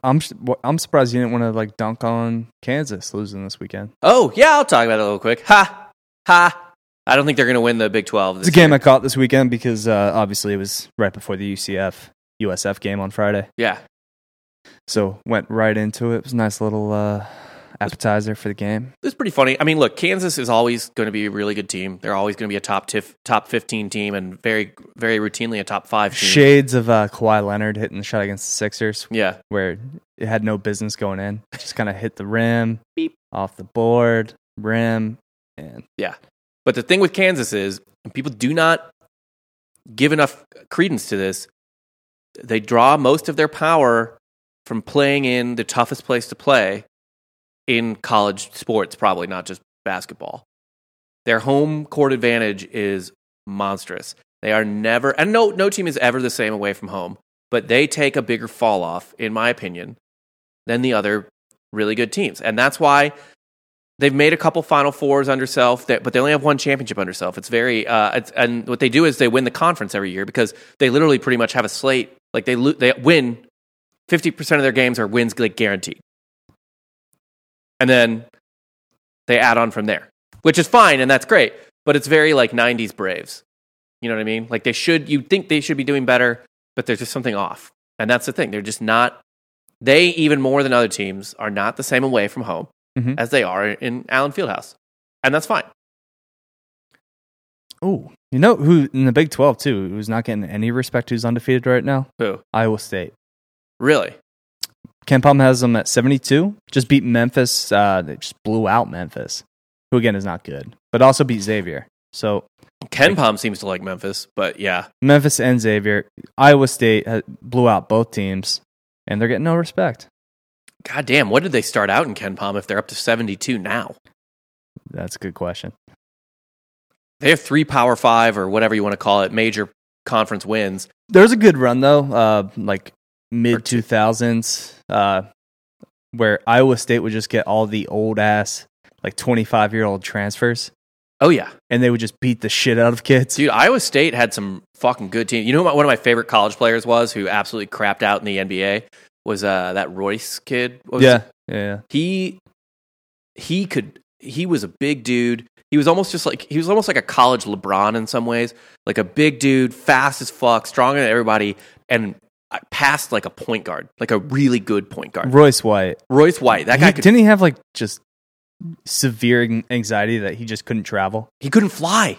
S2: I'm s- wh- I'm surprised you didn't want to like dunk on Kansas losing this weekend.
S1: oh yeah, I'll talk about it a little quick. Ha ha. I don't think they're going to win the Big Twelve.
S2: It's a
S1: this year.
S2: game I caught this weekend because uh, obviously it was right before the UCF USF game on Friday,
S1: Yeah,
S2: so went right into it. It was a nice little uh, appetizer for the game.
S1: it's pretty funny. I mean, look, Kansas is always going to be a really good team. They're always going to be a top tif- top fifteen team, and very very routinely a top five team.
S2: Shades of uh, Kawhi Leonard hitting the shot against the Sixers,
S1: Yeah,
S2: where it had no business going in. Just kind of hit the rim, off the board, rim, and
S1: but the thing with Kansas is and people do not give enough credence to this. They draw most of their power from playing in the toughest place to play in college sports, probably not just basketball. Their home court advantage is monstrous. They are never, and no, no team is ever the same away from home, but they take a bigger fall off, in my opinion, than the other really good teams. And that's why they've made a couple Final Fours under self, that, but they only have one championship under self. It's very, uh, it's, and what they do is they win the conference every year because they literally pretty much have a slate. Like they, lo- they win 50% of their games are wins like guaranteed. And then they add on from there, which is fine and that's great, but it's very like 90s Braves. You know what I mean? Like they should, you think they should be doing better, but there's just something off. And that's the thing. They're just not, they even more than other teams are not the same away from home
S2: Mhm.
S1: as they are in Allen Fieldhouse. And that's fine.
S2: oh, you know who in the Big Twelve too? Who's not getting any respect? Who's undefeated right now?
S1: Who?
S2: Iowa State.
S1: Really?
S2: Ken Palm has them at 72. Just beat Memphis. Uh, they just blew out Memphis, who again is not good, but also beat Xavier. So
S1: Ken Palm seems to like Memphis, but yeah.
S2: Memphis and Xavier, Iowa State ha blew out both teams, and they're getting no respect.
S1: God damn, what did they start out in Ken Palm if they're up to 72 now?
S2: That's a good question.
S1: They have three Power Five or whatever you want to call it, major conference wins.
S2: There's a good run though, uh, like
S1: Or
S2: mid
S1: two-
S2: two thousands, uh, where Iowa State would just get all the old ass, like twenty five year old transfers,
S1: Oh yeah,
S2: and they would just beat the shit out of kids.
S1: dude. Iowa State had some fucking good teams. You know, who my, one of my favorite college players was who absolutely crapped out in the NBA was uh, that Royce kid. What was
S2: Yeah, yeah,
S1: he he could he was a big dude he was almost just like he was almost like a college lebron in some ways like a big dude fast as fuck stronger than everybody and uh, passed like a point guard like a really good point guard
S2: Royce White.
S1: royce white that guy
S2: He-
S1: could,
S2: didn't he have like just severe an- anxiety that he just couldn't travel?
S1: he couldn't fly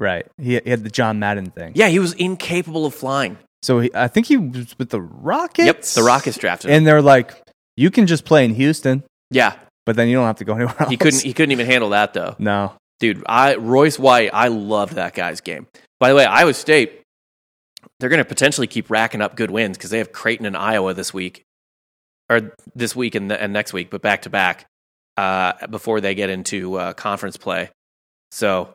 S2: Right. He, he had the John Madden thing.
S1: yeah he was incapable of flying
S2: So he, I think he was with the
S1: yep
S2: Rockets.
S1: the rockets drafted him
S2: And they're like, you can just play in Houston,
S1: yeah
S2: but then you don't have to go anywhere else.
S1: he couldn't e-, he couldn't even handle that though
S2: no.
S1: dude. I Royce White, I loved that guy's game. By the way, Iowa State, they're going to potentially keep racking up good wins because they have Creighton and Iowa this week, or this week and, and next week, but back to back uh, before they get into uh, conference play. So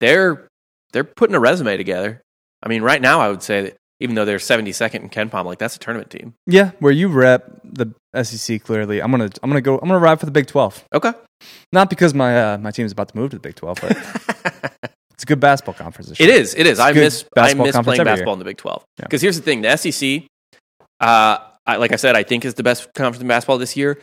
S1: they're they're putting a resume together. I mean, right now, I would say that even though they're seventy second in Ken Palm, like that's a tournament team.
S2: Yeah, where you rep the SEC clearly. I'm gonna I'm gonna go I'm gonna ride for the Big Twelve.
S1: Okay,
S2: Not because my uh, my team is about to move to the Big Twelve, but it's a good basketball conference. This
S1: It
S2: year.
S1: is. It is. I
S2: good
S1: miss. I
S2: basketball
S1: miss
S2: conference
S1: playing
S2: every year.
S1: basketball in the Big Twelve.
S2: Yeah.
S1: Because here's the thing: the SEC, uh, I, like I said, I think is the best conference in basketball this year,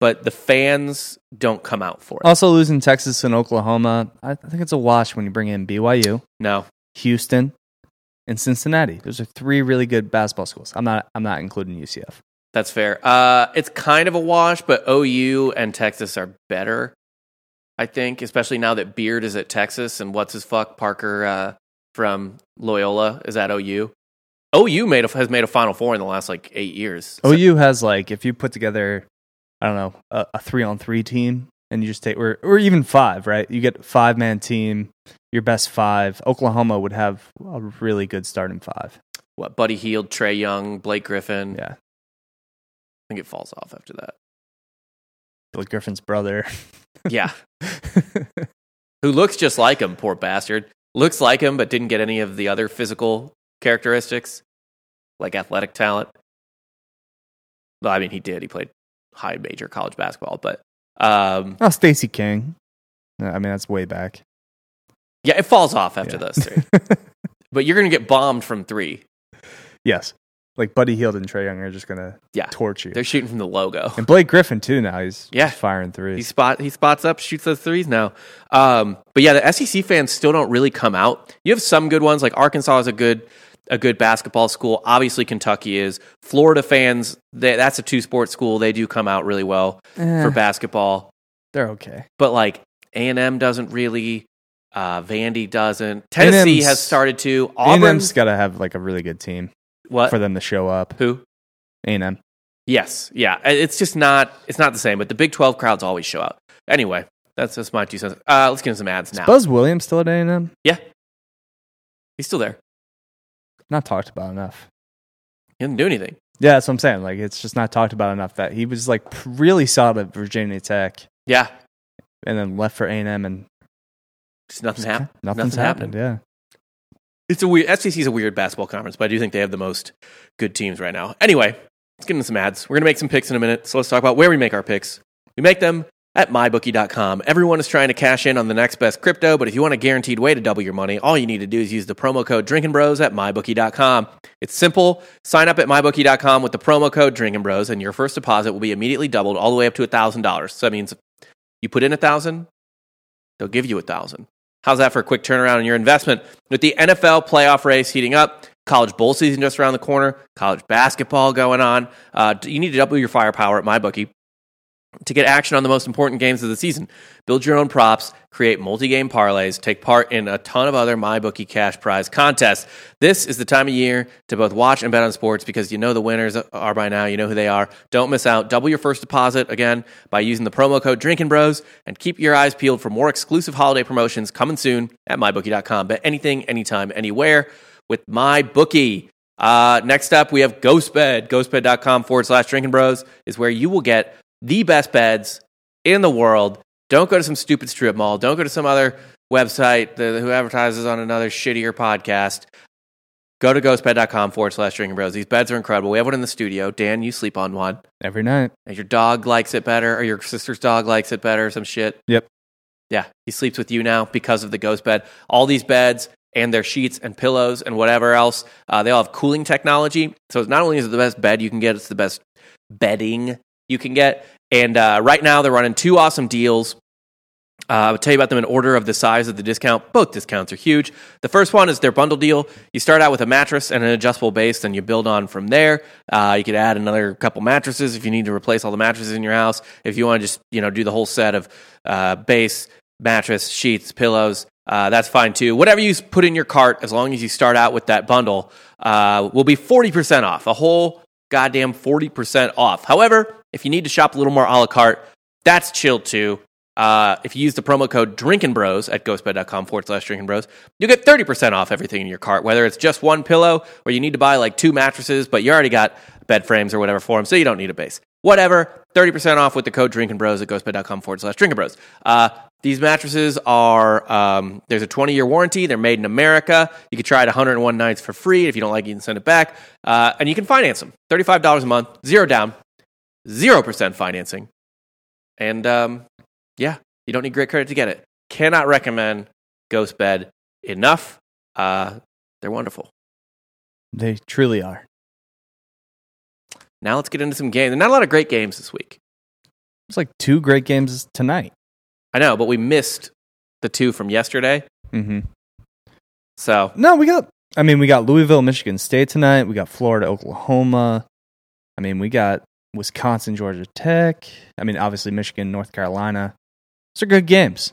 S1: but the fans don't come out for it.
S2: Also losing Texas and Oklahoma. I I think it's a wash when you bring in BYU.
S1: no,
S2: Houston, and Cincinnati. Those are three really good basketball schools. I'm not I'm not including UCF.
S1: that's fair. Uh, it's kind of a wash, but OU and Texas are better. I think, especially now that Beard is at Texas and what's his fuck Parker uh, from Loyola is at OU. OU made a, has made a Final Four in the last like eight years. So-
S2: OU has like if Oh, you put together, I don't know, a, a three on three team and you just take or or even five, right? You get five man team, your best five. Oklahoma would have a really good starting five.
S1: what Buddy Heald, Trey Young, Blake Griffin.
S2: Yeah.
S1: I think it falls off after that.
S2: Billy Griffin's brother.
S1: Yeah. Who looks just like him, poor bastard. Looks like him, but didn't get any of the other physical characteristics, like athletic talent. Well, I mean, he did. He played high major college basketball, but um,
S2: oh, Stacy King. No, I mean, that's way back.
S1: yeah, it falls off after
S2: Yeah.
S1: those three. But you're going to get bombed from three.
S2: yes. Like Buddy Heald and Trey Young are just going to
S1: Yeah.
S2: torch you.
S1: They're shooting from the logo.
S2: and Blake Griffin, too, now. He's,
S1: Yeah.
S2: he's firing threes.
S1: He spot he spots up, shoots those threes now. Um, but yeah, the SEC fans still don't really come out. You have some good ones, like Arkansas is a good a good basketball school. Obviously, Kentucky is. Florida fans, they, that's a two sport school. They do come out really well
S2: Eh,
S1: for basketball.
S2: they're okay.
S1: But like A and M doesn't really. Uh, Vandy doesn't. Tennessee
S2: A&M's
S1: has started to.
S2: A&M's
S1: Auburn's
S2: got to have like a really good team
S1: what?
S2: for them to show up.
S1: Who?
S2: A&M.
S1: Yes, yeah. I- It's just not. It's not the same. But the Big Twelve crowds always show up. Anyway, that's just my two cents. Uh, let's get into some ads
S2: Is
S1: now.
S2: Buzz Williams still at A&M?
S1: He's still there.
S2: Not talked about enough.
S1: He didn't do anything.
S2: Yeah, that's what I'm saying. Like, it's just not talked about enough that he was like p- really solid at Virginia Tech
S1: Yeah,
S2: and then left for A&M and
S1: just nothing
S2: just
S1: happened.
S2: ki- nothing's
S1: Nothing happened.
S2: happened. Yeah.
S1: It's a weird. SEC is a weird basketball conference, but I do think they have the most good teams right now. Anyway, let's get into some ads. We're gonna make some picks in a minute, so let's talk about where we make our picks. We make them at mybookie.com. Everyone is trying to cash in on the next best crypto, but if you want a guaranteed way to double your money, all you need to do is use the promo code Drinking Bros at mybookie.com. It's simple. Sign up at mybookie.com with the promo code Drinking Bros, and your first deposit will be immediately doubled all the way up to thousand dollars. So that means you put in a thousand, they'll give you a thousand. How's that for a quick turnaround in your investment? With the NFL playoff race heating up, college bowl season just around the corner, college basketball going on, uh, you need to double your firepower at MyBookie to get action on the most important games of the season. Build your own props, create multi-game parlays, take part in a ton of other MyBookie cash prize contests. This is the time of year to both watch and bet on sports because you know the winners are by now, you know who they are. Don't miss out. Double your first deposit again by using the promo code Drinking Bros and keep your eyes peeled for more exclusive holiday promotions coming soon at mybookie.com. Bet anything, anytime, anywhere with MyBookie. Uh, next up, we have GhostBed. GhostBed.com forward slash drinking bros is where you will get the best beds in the world. Don't go to some stupid strip mall. Don't go to some other website that, who advertises on another shittier podcast. Go to ghostbed.com forward slash drinking bros. These beds are incredible. We have one in the studio. Dan, you sleep on one.
S2: Every night.
S1: And your dog likes it better, or your sister's dog likes it better, or some shit.
S2: Yep.
S1: Yeah, he sleeps with you now because of the ghost bed. All these beds and their sheets and pillows and whatever else, uh, they all have cooling technology. So it's not only is it the best bed you can get, it's the best bedding you can get. And uh, right now they're running two awesome deals. Uh, I'll tell you about them in order of the size of the discount. Both discounts are huge. The first one is their bundle deal. You start out with a mattress and an adjustable base, then you build on from there. Uh, you could add another couple mattresses if you need to replace all the mattresses in your house. If you want to just you know do the whole set of uh, base, mattress, sheets, pillows, uh, that's fine too. Whatever you s- put in your cart, as long as you start out with that bundle, uh, will be forty percent off. A whole goddamn forty percent off. However, if you need to shop a little more a la carte, that's chill too. Uh, if you use the promo code Drinking Bros at ghostbed.com forward slash Drinking Bros, you get 30% off everything in your cart, whether it's just one pillow or you need to buy like two mattresses, but you already got bed frames or whatever for them, so you don't need a base. Whatever, 30% off with the code Drinking Bros at ghostbed.com forward slash Drinking Bros. Uh, these mattresses are, um, there's a 20 year warranty. They're made in America. You can try it 101 nights for free. If you don't like it, you can send it back. Uh, and you can finance them $35 a month, zero down, 0% financing. And um, yeah, you don't need great credit to get it. Cannot recommend Ghost Bed enough. Uh, they're wonderful.
S2: They truly are.
S1: Now let's get into some games. There are not a lot of great games this week.
S2: It's like two great games tonight.
S1: I know, but we missed the two from yesterday.
S2: Mm-hmm.
S1: So
S2: No, we got. I mean, we got Louisville, Michigan State tonight. We got Florida, Oklahoma. I mean, we got Wisconsin, Georgia Tech. I mean, obviously Michigan, North Carolina. Those are good games.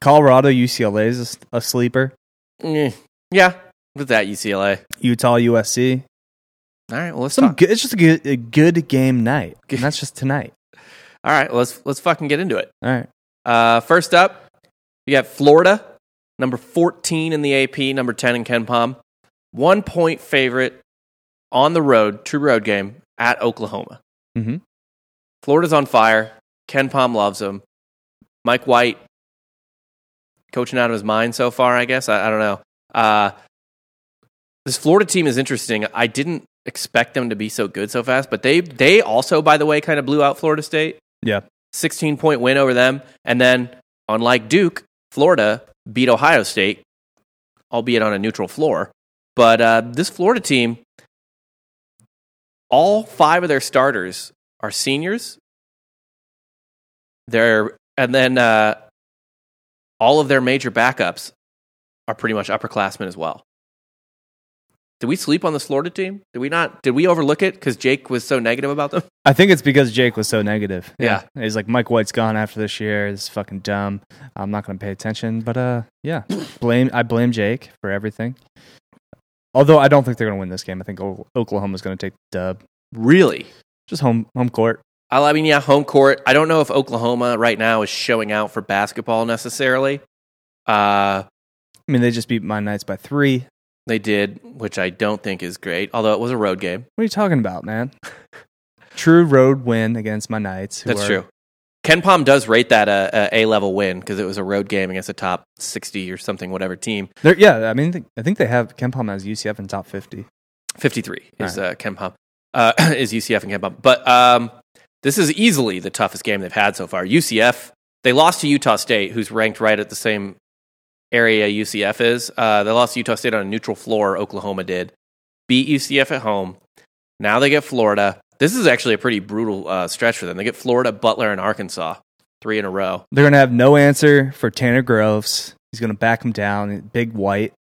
S2: Colorado, UCLA is a s- a, sleeper.
S1: eh, yeah, with that UCLA.
S2: Utah, USC.
S1: All right, well let's
S2: Some
S1: talk.
S2: good, it's just a good, a good game night. And that's just tonight.
S1: All right, let's let's fucking get into it.
S2: All right.
S1: Uh, first up, you got Florida, number 14 in the AP, number 10 in Ken Palm. One point favorite on the road, true road game at Oklahoma.
S2: Mhm.
S1: Florida's on fire. Ken Palm loves him. Mike White coaching out of his mind so far, I guess. I, I don't know. Uh, this Florida team is interesting. I didn't expect them to be so good so fast, but they they also, by the way, kind of blew out Florida State.
S2: Yeah.
S1: 16 point win over them. And then, unlike Duke, Florida beat Ohio State, albeit on a neutral floor. But uh, this Florida team, all five of their starters are seniors. They're, and then uh, all of their major backups are pretty much upperclassmen as well. Did we sleep on this Florida team? Did we not? Did we overlook it because Jake was so negative about them?
S2: I think it's because Jake was so negative.
S1: Yeah.
S2: He's like, Mike White's gone after this year. This is fucking dumb. I'm not going to pay attention. But uh, yeah, blame I blame Jake for everything. Although I don't think they're going to win this game. I think O- Oklahoma's going to take the dub.
S1: Really?
S2: Just home home court.
S1: I I mean, yeah, home court. I don't know if Oklahoma right now is showing out for basketball necessarily. Uh,
S2: I mean, they just beat my Knights by three.
S1: they did, which I don't think is great, although it was a road game.
S2: What are you talking about, man? True road win against my Knights. who
S1: That's
S2: are-
S1: true. Ken Palm does rate that a, a level win because it was a road game against a top 60 or something, whatever team.
S2: They're, yeah, I mean, I think they have Ken Palm has UCF in top fifty.
S1: 53 is uh, Ken Palm, uh, is UCF and Ken Palm. But um, this is easily the toughest game they've had so far. UCF, they lost to Utah State, who's ranked right at the same area UCF is. Uh, they lost to Utah State on a neutral floor, Oklahoma did. Beat UCF at home. Now they get Florida. This is actually a pretty brutal uh, stretch for them. They get Florida, Butler, and Arkansas, three in a row.
S2: They're gonna have no answer for Tanner Groves. He's gonna back him down. Big White.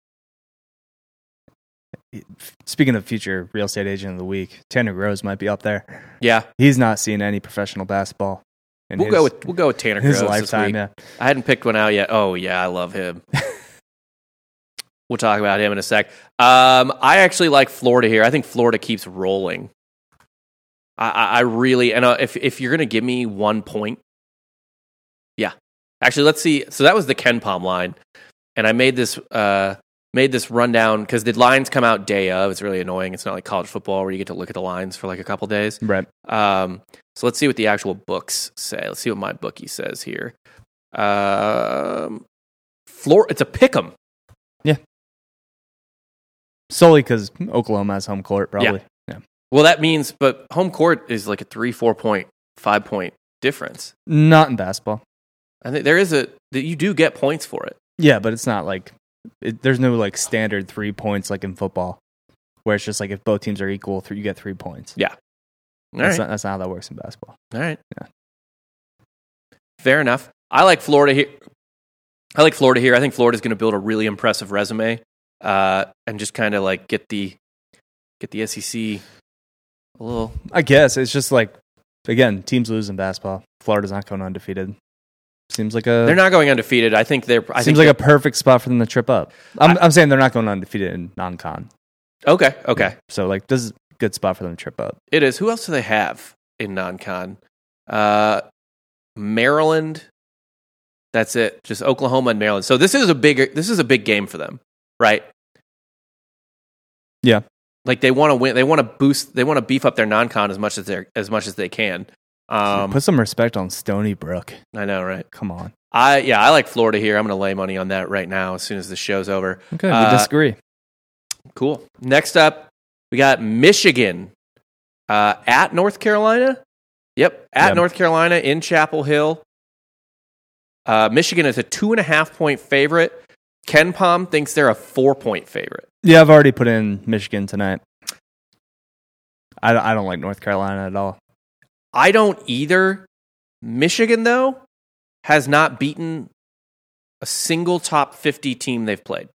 S2: Speaking of future real estate agent of the week, Tanner Groves might be up there.
S1: Yeah,
S2: He's not seeing any professional basketball. In
S1: we'll
S2: his,
S1: go with we'll go with Tanner
S2: his
S1: Groves this
S2: lifetime.
S1: week.
S2: yeah,
S1: I hadn't picked one out yet. Oh yeah, I love him. we'll talk about him in a sec. Um, I actually like Florida here. I think Florida keeps rolling. I, I, I really and uh, if if you're gonna give me one point, yeah. Actually, let's see. So that was the Ken Palm line, and I made this uh, made this rundown because the lines come out day of. It's really annoying. It's not like college football where you get to look at the lines for like a couple days.
S2: right.
S1: Um, so let's see what the actual books say. Let's see what my bookie says here. Um, floor, it's a pick 'em.
S2: Solely because Oklahoma has home court, probably. Yeah.
S1: Well, that means, but home court is like a three, four point, five point difference.
S2: Not in basketball.
S1: I think there is a that you do get points for it.
S2: Yeah, but it's not like it, there's no like standard three points like in football, where it's just like if both teams are equal, three, you get three points.
S1: All
S2: that's,
S1: right,
S2: not, that's not how that works in basketball.
S1: all right,
S2: Yeah.
S1: fair enough. I like Florida here. I like Florida here. I think Florida's going to build a really impressive resume, uh, and just kind of like get the get the SEC a little
S2: I guess it's just like again, teams lose in basketball. Florida's not going undefeated. Seems like a
S1: They're not going undefeated. I think they're. I
S2: Uh, seems
S1: think
S2: like a perfect spot for them to trip up. I'm I, am i am saying they're not going undefeated in non-con.
S1: a okay. Okay,
S2: So like this is a good spot for them to trip up.
S1: it is. Who else do they have in non-con? Uh, Maryland. That's it. Just Oklahoma and Maryland. So this is a big. This is a big game for them, right?
S2: Yeah.
S1: Like they want to win. They want to boost. They want to beef up their non-con as much as they are as much as they can. Um,
S2: Put some respect on Stony Brook.
S1: I know, right?
S2: Come on.
S1: I yeah, I like Florida here. I'm going to lay money on that right now. As soon as the show's over.
S2: Okay, we
S1: Uh,
S2: disagree.
S1: Cool. Next up, we got Michigan uh, at North Carolina. Yep, at
S2: Yep.
S1: North Carolina in Chapel Hill. Uh, Michigan is a two and a half point favorite. Ken Palm thinks they're a four point favorite.
S2: Yeah, I've already put in Michigan tonight. I don't, I don't like North Carolina at all.
S1: I don't either. Michigan, though, has not beaten a single top 50 team they've played.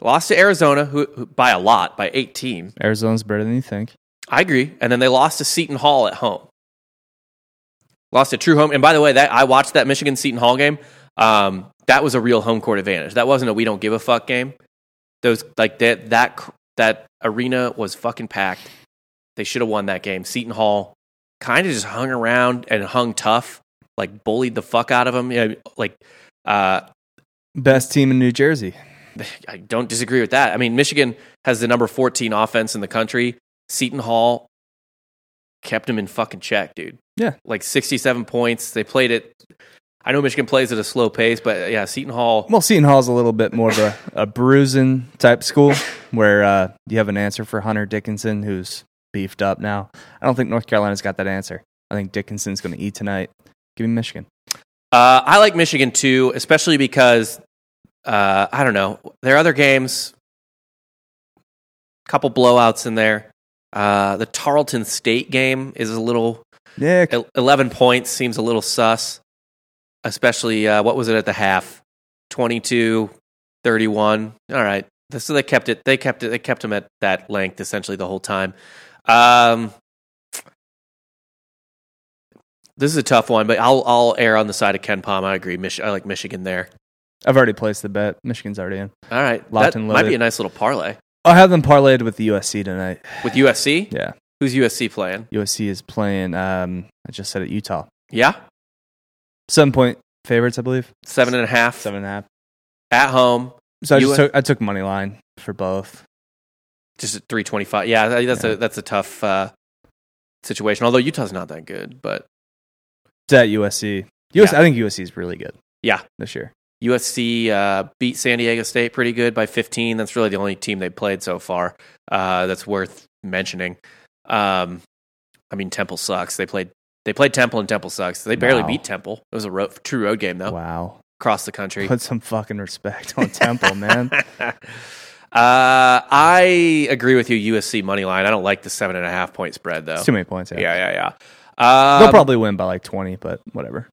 S1: Lost to Arizona who, who, by a lot, by 18.
S2: Arizona's better than you think.
S1: I agree. And then they lost to Seton Hall at home. Lost a true home. And by the way, that I watched that Michigan Seton Hall game. Um, that was a real home court advantage. That wasn't a we don't give a fuck game. Those like that that cr- that arena was fucking packed. They should have won that game. Seton Hall kind of just hung around and hung tough, like bullied the fuck out of them. You know, like uh,
S2: Best team in New Jersey.
S1: I don't disagree with that. I mean, Michigan has the number 14 offense in the country. Seton Hall kept him in fucking check, dude.
S2: Yeah.
S1: Like 67 points. They played it. I know Michigan plays at a slow pace, but yeah, Seton Hall.
S2: Well, Seton Hall's a little bit more of a, a bruising type school where uh, you have an answer for Hunter Dickinson, who's beefed up now. I don't think North Carolina's got that answer. I think Dickinson's going to eat tonight. Give me Michigan.
S1: Uh, I like Michigan too, especially because, uh, I don't know, their other games, couple blowouts in there. Uh, the Tarleton State game is a little
S2: Yeah,
S1: el- 11 points seems a little sus, especially uh, what was it at the half? 22 31. All right. So they kept it they kept it they kept him at that length essentially the whole time. Um This is a tough one, but I'll I'll err on the side of Ken Palm. I agree. Mich- I like Michigan there.
S2: I've already placed the bet. Michigan's already in.
S1: All right.
S2: Locked
S1: that
S2: and
S1: might
S2: loaded.
S1: be a nice little parlay
S2: I'll have them parlayed with the USC tonight.
S1: with USC.
S2: Yeah.
S1: Who's USC playing?
S2: USC is playing, um, I just said it, Utah.
S1: Yeah.
S2: Seven point favorites, I believe.
S1: Seven and a half
S2: Seven and a half.
S1: at home.
S2: So I just
S1: US
S2: took, I took money line for both.
S1: just at 325. Yeah, that- that's
S2: Yeah.
S1: a that's a tough uh, situation. Although Utah's not that good, but
S2: It's at USC. USC
S1: Yeah.
S2: I think USC is really good.
S1: Yeah.
S2: This year.
S1: USC uh, beat San Diego State pretty good by 15. That's really the only team they played so far uh, that's worth mentioning. Um, I mean, Temple sucks. They played they played Temple and Temple sucks. They barely
S2: Wow.
S1: beat Temple. It was a road, true road game though
S2: Wow.
S1: across the country.
S2: Put some fucking respect on Temple, man.
S1: uh, I agree with you. USC money line. I don't like the seven and a half point spread though.
S2: It's too many points.
S1: Yeah,
S2: Yeah.
S1: yeah, yeah. Um,
S2: They'll probably win by like 20, but whatever.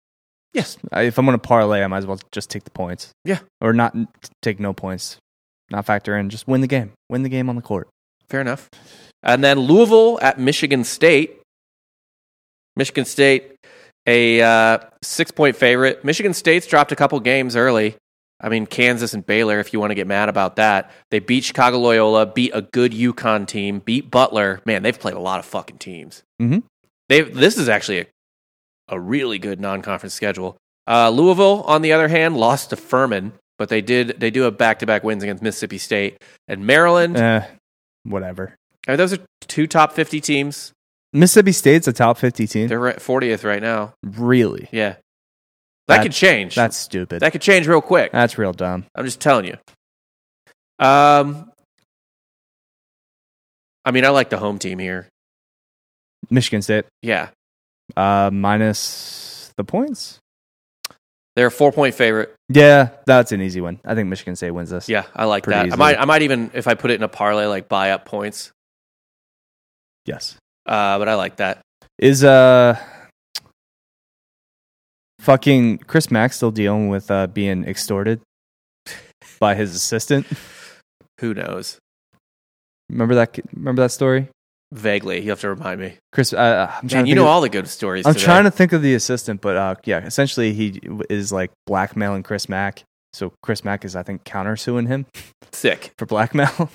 S1: Yes.
S2: I, if I'm going to parlay, I might as well just take the points.
S1: Yeah.
S2: Or not take no points, not factor in. Just win the game. Win the game on the court.
S1: Fair enough. And then Louisville at Michigan State. Michigan State, a uh, six point favorite. Michigan State's dropped a couple games early. I mean, Kansas and Baylor, if you want to get mad about that. They beat Chicago Loyola, beat a good UConn team, beat Butler. Man, they've played a lot of fucking teams.
S2: Mhm.
S1: They This is actually a, a really good non conference schedule. Uh, Louisville, on the other hand, lost to Furman, but they did they do have back to back wins against Mississippi State and Maryland.
S2: Eh, whatever.
S1: I mean, those are two top 50 teams.
S2: Mississippi State's a top 50 team.
S1: They're at 40th right now.
S2: really?
S1: Yeah. That,
S2: That-
S1: could change.
S2: That's stupid.
S1: That could change real quick.
S2: That's real dumb.
S1: I'm just telling you. Um, I mean, I like the home team here.
S2: Michigan State
S1: Yeah.
S2: uh, minus the points.
S1: They're a four point favorite.
S2: Yeah, that's an easy one. I think Michigan State wins this.
S1: Yeah, I like
S2: Pretty
S1: that. I
S2: easily.
S1: might, I might even, if I put it in a parlay, like buy up points.
S2: Yes.
S1: Uh, but I like that.
S2: Is uh fucking Chris Mack still dealing with uh being extorted by his assistant?
S1: Who knows?
S2: Remember that remember that story?
S1: Vaguely. You have to remind me.
S2: Chris uh, I'm trying
S1: Man,
S2: to
S1: you
S2: think
S1: know
S2: of-
S1: all the good stories.
S2: I'm
S1: today.
S2: trying to think of the assistant, but uh yeah, essentially he is like blackmailing Chris Mack. So Chris Mack is I think countersuing him
S1: Sick.
S2: for blackmail.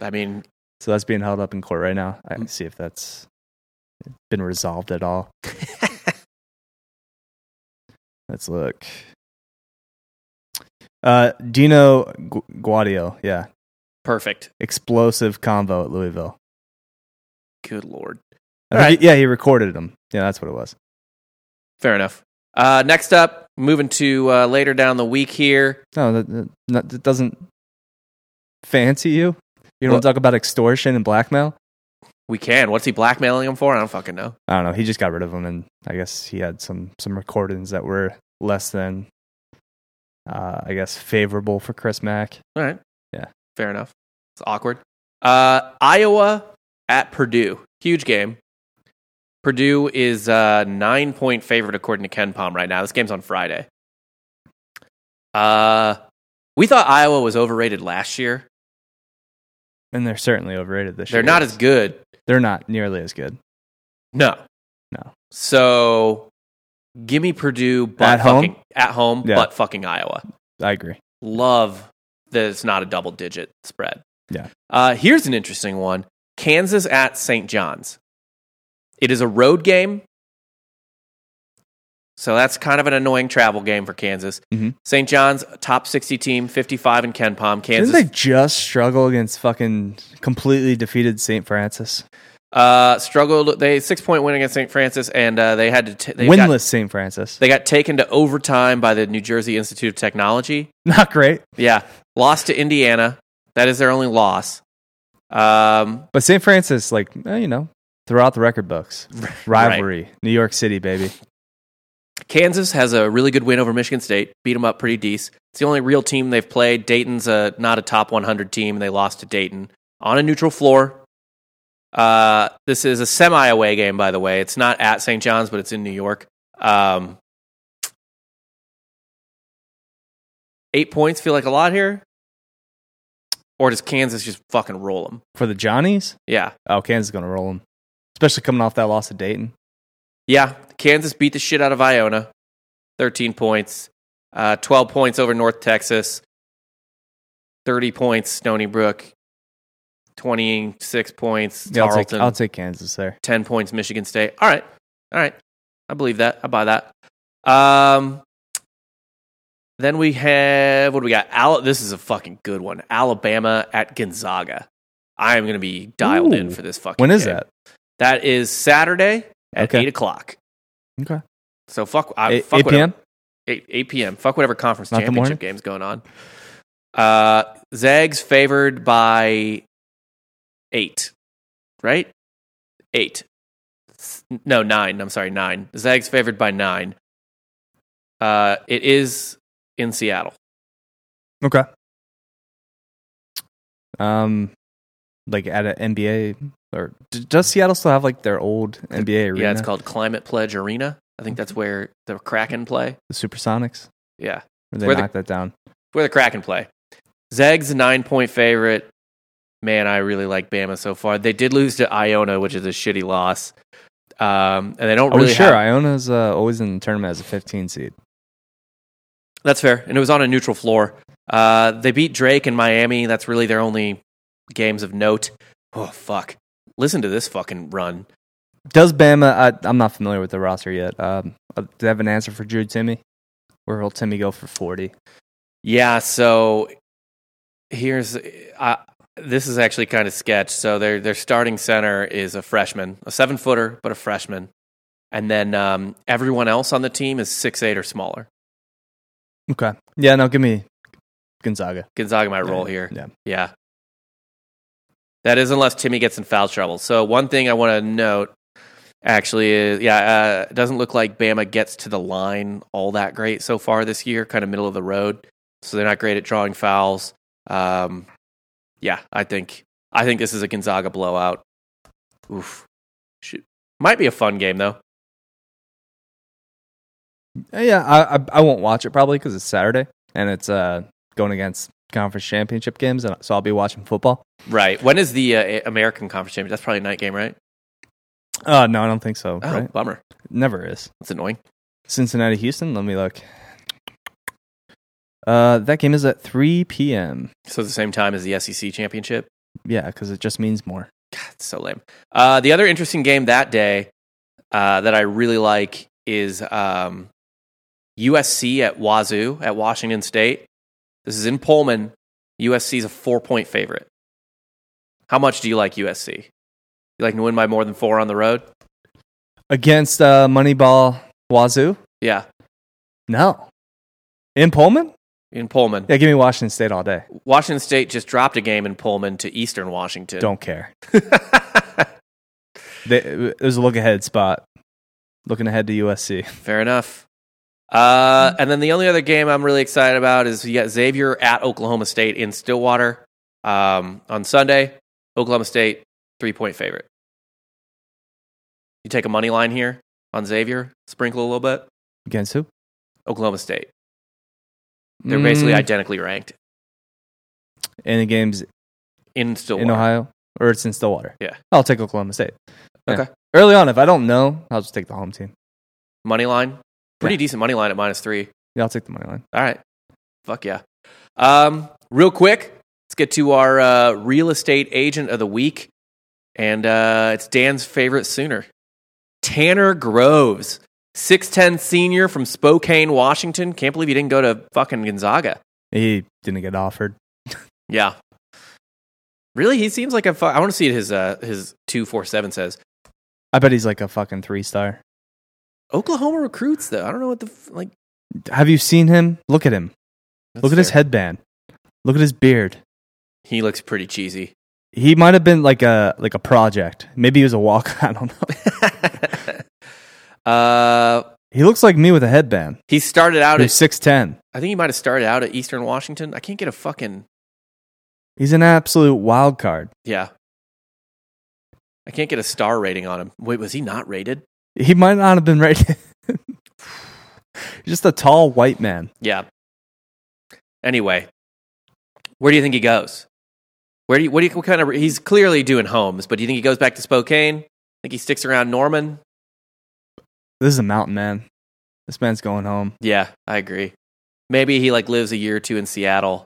S1: I mean,
S2: So that's being held up in court right now. I see if that's been resolved at all. Let's look. Uh, Dino Gu- Guadio, yeah,
S1: perfect.
S2: explosive convo at Louisville.
S1: Good lord.
S2: I
S1: All
S2: think he- yeah, he recorded him. Yeah, that's what it was.
S1: Fair enough. Uh, next up, moving to uh, later down the week here.
S2: No, that, that, not- that doesn't fancy you. You don't
S1: Well-
S2: talk about extortion and blackmail.
S1: We can. What's he blackmailing him for? I don't fucking know.
S2: I don't know. He just got rid of him, and I guess he had some some recordings that were less than, uh, I guess, favorable for Chris Mack.
S1: All right.
S2: Yeah.
S1: Fair enough. It's awkward. Uh, Iowa at Purdue. Huge game. Purdue is a nine point favorite according to Ken Palm right now. This game's on Friday. Uh, we thought Iowa was overrated last year.
S2: And they're certainly overrated this
S1: They're
S2: year.
S1: not as good.
S2: They're not nearly as good.
S1: No.
S2: No.
S1: So give me Purdue but
S2: At home?
S1: fucking at home,
S2: Yeah.
S1: but fucking Iowa.
S2: I agree.
S1: love that it's not a double digit spread.
S2: Yeah.
S1: Uh, here's an interesting one Kansas at St. John's. It is a road game. So that's kind of an annoying travel game for Kansas.
S2: Mhm.
S1: St. John's, top 60 team, 55 in Ken Palm. Kansas.
S2: Didn't they just struggle against fucking completely defeated St. Francis?
S1: Uh, struggled. They six point win against St. Francis, and uh, they had to t- they
S2: Winless
S1: Got,
S2: St. Francis.
S1: they got taken to overtime by the New Jersey Institute of Technology.
S2: Not great.
S1: Yeah, lost to Indiana. That is their only loss. Um,
S2: But St. Francis, like, eh, you know, throughout the record books. Rivalry. New York City, baby.
S1: Kansas has a really good win over Michigan State. Beat them up pretty decent. It's the only real team they've played. Dayton's a, not a top 100 team. They lost to Dayton on a neutral floor. Uh, this is a semi away game, by the way. It's not at St. John's, but it's in New York. Um, eight points feel like a lot here? Or does Kansas just fucking roll them?
S2: For the Johnnies?
S1: Yeah.
S2: Oh, Kansas is going to roll them. Especially coming off that loss to Dayton.
S1: Yeah, Kansas beat the shit out of Iona, thirteen points, uh, twelve points over North Texas, thirty points Stony Brook, twenty six points
S2: Yeah, I'll, take,
S1: Tarleton,
S2: I'll take Kansas there.
S1: ten points Michigan State. All right, all right, I believe that. I buy that. Um, then we have what do we got? Al- this is a fucking good one. Alabama at Gonzaga. I am going to be dialed in
S2: Ooh.
S1: for this fucking.
S2: When is
S1: game.
S2: that?
S1: That is Saturday at
S2: Okay.
S1: eight o'clock.
S2: Okay.
S1: So fuck, I,
S2: Eight-
S1: fuck
S2: 8
S1: whatever-
S2: p.m.?
S1: 8, 8 p.m. Fuck whatever conference
S2: Not the morning?
S1: championship game's going on. Uh, Zags favored by eight, right? Eight. S- No, nine. I'm sorry, nine. Zags favored by nine. Uh, it is in Seattle.
S2: Okay. Um, like at an NBA or d- does Seattle still have like their old NBA arena?
S1: Yeah, it's called Climate Pledge Arena. I think that's where the Kraken play.
S2: the Supersonics.
S1: Yeah,
S2: Or they
S1: Where the-
S2: knocked that down.
S1: where the Kraken play. Zags a nine point favorite. Man, I really like Bama so far. They did lose to Iona, which is a shitty loss. Um, and they don't
S2: Are
S1: really
S2: we Oh, sure?
S1: have-
S2: Iona's uh, always in the tournament as a 15 seed.
S1: That's fair. And it was on a neutral floor. Uh, they beat Drake and Miami. That's really their only games of note. Oh, fuck. Listen to this fucking run.
S2: Does Bama? I, I'm not familiar with the roster yet. Um, uh, do they have an answer for Jude Timmy? Where will Timmy go for 40?
S1: Yeah, so here's uh, this is actually kind of sketch. So their their starting center is a freshman, a seven footer, but a freshman, and then um, everyone else on the team is six eight or smaller.
S2: Okay. Yeah. No. Give me Gonzaga.
S1: Gonzaga might roll here.
S2: Yeah.
S1: Yeah. That is unless Timmy gets in foul trouble. So one thing I want to note actually is yeah, uh, it doesn't look like Bama gets to the line all that great so far this year, kind of middle of the road. So they're not great at drawing fouls. Um, yeah, I think I think this is a Gonzaga blowout. Oof. Shoot. Might be a fun game though.
S2: Uh, Yeah. I I, I won't watch it probably because it's Saturday and it's uh going against conference championship games, and so I'll be watching football.
S1: Right. When is the uh, American Conference Championship? That's probably a night game, right?
S2: Uh no, I don't think so.
S1: Oh,
S2: Right?
S1: bummer.
S2: Never is.
S1: That's annoying.
S2: Cincinnati, Houston. Let me look. Uh, that game is at 3 p.m.
S1: So it's the same time as the SEC Championship.
S2: Yeah, because it just means more.
S1: It's so lame. Uh, the other interesting game that day uh, that I really like is um, USC at Wazoo at Washington State. This is in Pullman. USC is a four point favorite. How much do you like USC? You like to win by more than four on the road?
S2: Against uh, Moneyball Wazoo?
S1: Yeah,
S2: No. In Pullman?
S1: in Pullman.
S2: Yeah, give me Washington State all day.
S1: Washington State just dropped a game in Pullman to Eastern Washington.
S2: Don't care. They, it was a look ahead spot. Looking ahead to USC.
S1: Fair enough. Uh, and then the only other game I'm really excited about is you got Xavier at Oklahoma State in Stillwater um, on Sunday. Oklahoma State three point favorite. You take a money line here on Xavier, sprinkle a little bit.
S2: Against who?
S1: Oklahoma State. They're basically
S2: Mm,
S1: identically ranked
S2: in the games
S1: in
S2: in
S1: Stillwater.
S2: Ohio, or it's in Stillwater.
S1: Yeah.
S2: I'll take Oklahoma State. Yeah.
S1: Okay.
S2: Early on, if I don't know, I'll just take the home team.
S1: Money line, pretty decent money line at minus three.
S2: Yeah, I'll take the money line.
S1: All right. Fuck yeah. Um, real quick, let's get to our uh, real estate agent of the week. And uh, it's Dan's favorite sooner Tanner Groves, 6'10 senior from Spokane, Washington. Can't believe he didn't go to fucking Gonzaga.
S2: He didn't get offered.
S1: Yeah. Really, he seems like a. Fu- I want to see his uh, his two four seven says.
S2: I bet he's like a fucking three star.
S1: Oklahoma recruits though. I don't know what the f- like.
S2: Have you seen him? Look at him.
S1: that's
S2: Look at his
S1: fair.
S2: headband. Look at his beard.
S1: He looks pretty cheesy.
S2: He might have been like a like a project. Maybe he was a walk. I don't know.
S1: uh,
S2: He looks like me with a headband.
S1: he started out
S2: He's
S1: at.
S2: six ten.
S1: I think he might have started out at Eastern Washington. I can't get a fucking
S2: He's an absolute wild card.
S1: yeah. I can't get a star rating on him. Wait, was he not rated?
S2: He might not have been right. Just a tall white man.
S1: Yeah. Anyway, where do you think he goes? Where do you, what do you, what kind of, he's clearly doing homes, but do you think he goes back to Spokane? Think he sticks around Norman?
S2: This is a mountain man. This man's going home.
S1: Yeah, I agree. Maybe he like lives a year or two in Seattle.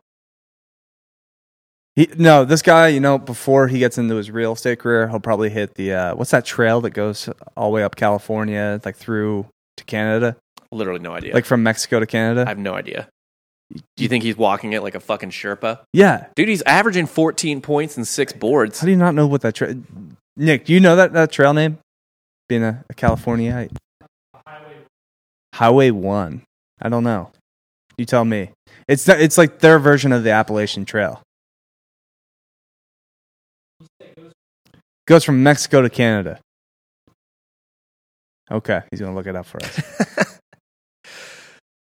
S2: He, no, this guy, you know, before he gets into his real estate career, he'll probably hit the uh, what's that trail that goes all the way up California, like through to Canada,
S1: Literally no idea.
S2: like from Mexico to Canada.
S1: I have no idea. Do you think he's walking it like a fucking Sherpa?
S2: yeah.
S1: Dude, he's averaging 14 points and six boards.
S2: How do you not know what that trail? Nick, do you know that, that trail name? Being a, a Californiaite. Highway One. I don't know. You tell me. It's th- it's like their version of the Appalachian Trail. Goes from Mexico to Canada. Okay, he's gonna look it up for us.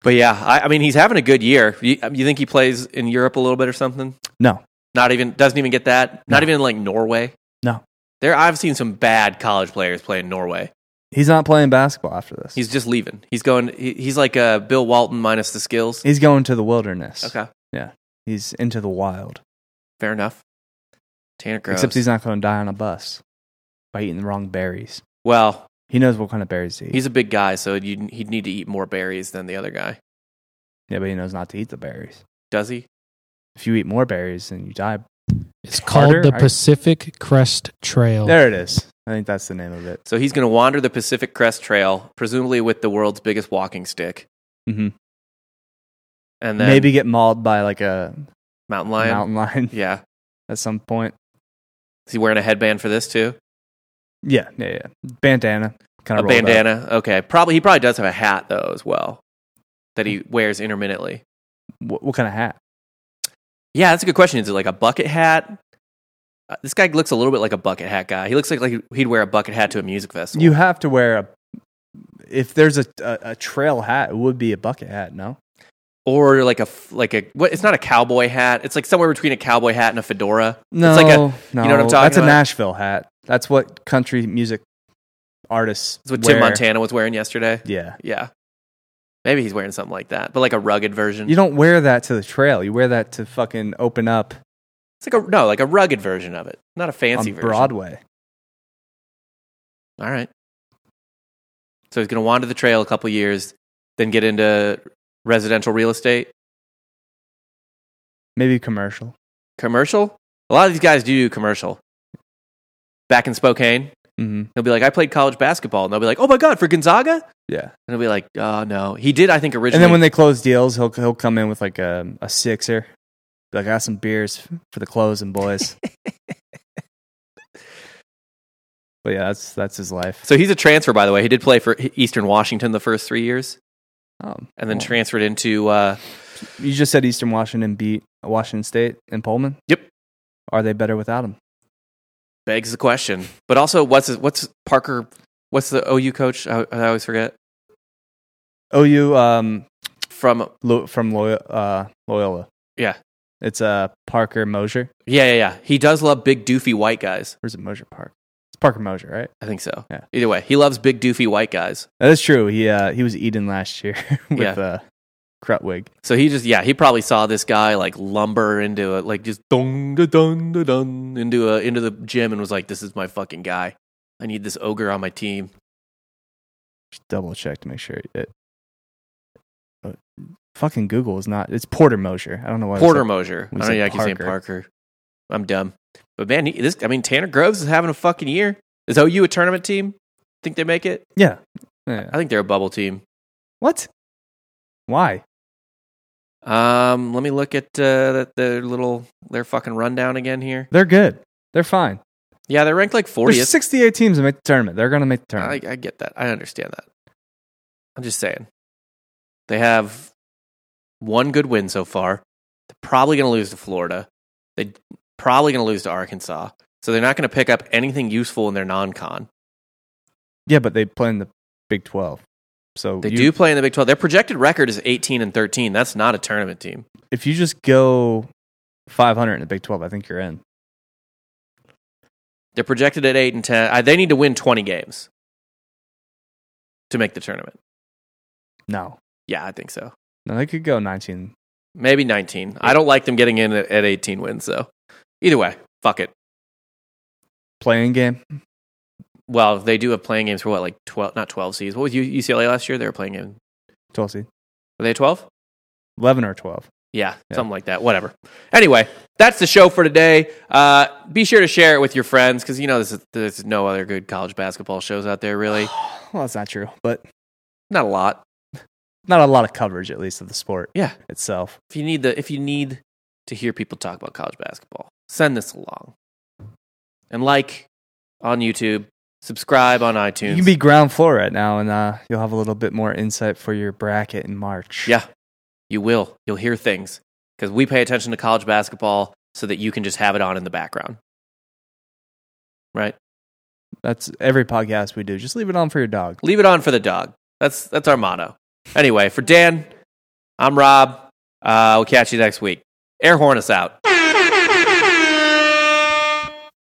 S1: But yeah, I, I mean, he's having a good year. You, um, you think he plays in Europe a little bit or something?
S2: No.
S1: Not even doesn't even get that. Not even like Norway.
S2: No.
S1: There, I've seen some bad college players play in Norway.
S2: He's not playing basketball after this. He's
S1: He's just leaving. He's going. He, he's like uh, Bill Walton minus the skills.
S2: he's going to the wilderness.
S1: Okay,
S2: He's into the wild.
S1: fair enough. Tanner Groves.
S2: Except he's not gonna die on a bus by eating the wrong berries.
S1: well,
S2: He knows what kind of berries to eat.
S1: he's a big guy, so you, he'd need to eat more berries than the other guy.
S2: yeah, but he knows not to eat the berries.
S1: Does he?
S2: If you eat more berries, then you die.
S3: It's called
S2: Carter,
S3: the
S2: are you-
S3: Pacific Crest Trail.
S2: There it is. I think that's the name of it.
S1: So he's going to wander the Pacific Crest Trail, presumably with the world's biggest walking stick,
S2: Mm-hmm.
S1: and then
S2: Maybe get mauled by like a
S1: mountain lion.
S2: mountain lion
S1: Yeah.
S2: at some point.
S1: Is he wearing a headband for this too?
S2: Yeah, yeah, yeah. Bandana. Kind
S1: a
S2: of
S1: bandana. Okay, probably he probably does have a hat though as well that
S2: Hmm.
S1: he wears intermittently.
S2: What, what kind of hat?
S1: Yeah, that's a good question. Is it like a bucket hat? Uh, this guy looks a little bit like a bucket hat guy. He looks like, like he'd wear a bucket hat to a music festival.
S2: You have to wear a. If there's a, a a trail hat, it would be a bucket hat. No,
S1: or like a f- like a what? It's not a cowboy hat. It's like somewhere between a cowboy hat and a fedora.
S2: no,
S1: like a-
S2: no.
S1: you know what I'm talking
S2: That's
S1: about?
S2: a Nashville hat. That's what country music artists.
S1: That's what
S2: wear.
S1: Tim Montana was wearing yesterday.
S2: Yeah,
S1: Yeah, maybe he's wearing something like that, but like a rugged version.
S2: you don't wear that to the trail. You wear that to fucking open up
S1: it's like a no, like a rugged version of it, not a fancy
S2: on
S1: version.
S2: Broadway.
S1: All right. So he's going to wander the trail a couple years, then get into residential real estate,
S2: Maybe commercial.
S1: commercial. A lot of these guys do commercial. Back in Spokane,
S2: Mm-hmm.
S1: he'll be like, "I played college basketball," and they'll be like, "Oh my god, for Gonzaga?" And
S2: Yeah.
S1: he'll be like, "Oh no, he did." I think originally.
S2: And then when they close deals, he'll he'll come in with like a a sixer. Be like, I got some beers for the closing boys. but yeah, that's that's his life.
S1: so he's a transfer, by the way. He did play for E-, Eastern Washington the first three years,
S2: Um,
S1: and then
S2: well,
S1: transferred into. Uh,
S2: you just said Eastern Washington beat Washington State and Pullman.
S1: Yep.
S2: Are they better without him?
S1: begs the question, but also, what's his, what's Parker? What's the OU coach? I, I always forget
S2: OU um
S1: from
S2: Lo- from Loy- uh, Loyola.
S1: Yeah.
S2: It's uh Parker Mosier.
S1: Yeah, yeah, yeah. He does love big doofy white guys.
S2: Where's it Mosier Park? It's Parker Mosier, right?
S1: I think so.
S2: Yeah.
S1: Either way, he loves big doofy white guys.
S2: That is true. He uh he was Eden last year with
S1: Yeah.
S2: uh Crutwig.
S1: So he just yeah, he probably saw this guy like lumber into a like just dun da dun da dun into a into the gym and was like, This is my fucking guy. I need this ogre on my team.
S2: Just double check to make sure it. uh, fucking Google is not. It's Porter Mosier. I don't know why.
S1: Porter Mosier. I
S2: we
S1: don't
S2: said
S1: know I keep saying
S2: Parker.
S1: Parker. I'm dumb. But man, he, this I mean Tanner Groves is having a fucking year. Is OU a tournament team? Think they make it?
S2: Yeah. yeah.
S1: I think they're a bubble team.
S2: What? Why?
S1: Um, let me look at uh, their little their fucking rundown again here.
S2: They're good. They're fine.
S1: Yeah, they're ranked like
S2: There's
S1: 40th.
S2: 68 teams that make the tournament. They're going to make the tournament.
S1: I, I get that. I understand that. I'm just saying, they have one good win so far. They're probably going to lose to Florida. They probably going to lose to Arkansas. So they're not going to pick up anything useful in their non-con.
S2: yeah, but they play in the Big 12. So
S1: They
S2: you-
S1: do play in the Big 12. Their projected record is 18 and 13. That's not a tournament team.
S2: if you just go 500 in the Big 12, I think you're in.
S1: They're projected at 8 and 10. Uh, they need to win 20 games to make the tournament.
S2: No.
S1: Yeah, I think so.
S2: No, they could go 19.
S1: Maybe 19. I don't like them getting in at, at 18 wins, though. Either way, fuck it.
S2: Playing game.
S1: Well, they do have playing games for what, like 12, not 12 seeds. What was U- UCLA last year? They were playing in,
S2: 12 seed.
S1: were they 12?
S2: 11 or 12.
S1: Yeah,
S2: Yeah.
S1: something like that. Whatever. Anyway, that's the show for today. Uh, be sure to share it with your friends because you know there's, there's no other good college basketball shows out there, really.
S2: Well, that's not true, but
S1: Not a lot.
S2: not a lot of coverage, at least, of the sport
S1: Yeah.
S2: itself.
S1: If you need the if you need to hear people talk about college basketball, send this along and like on YouTube, subscribe on iTunes.
S2: You can be ground floor right now, and uh, you'll have a little bit more insight for your bracket in March.
S1: Yeah, you will. You'll hear things because we pay attention to college basketball so that you can just have it on in the background. Right?
S2: That's every podcast we do. Just leave it on for your dog.
S1: Leave it on for the dog. That's that's our motto. Anyway, for Dan, I'm Rob. Uh, we'll catch you next week. Air horn us out.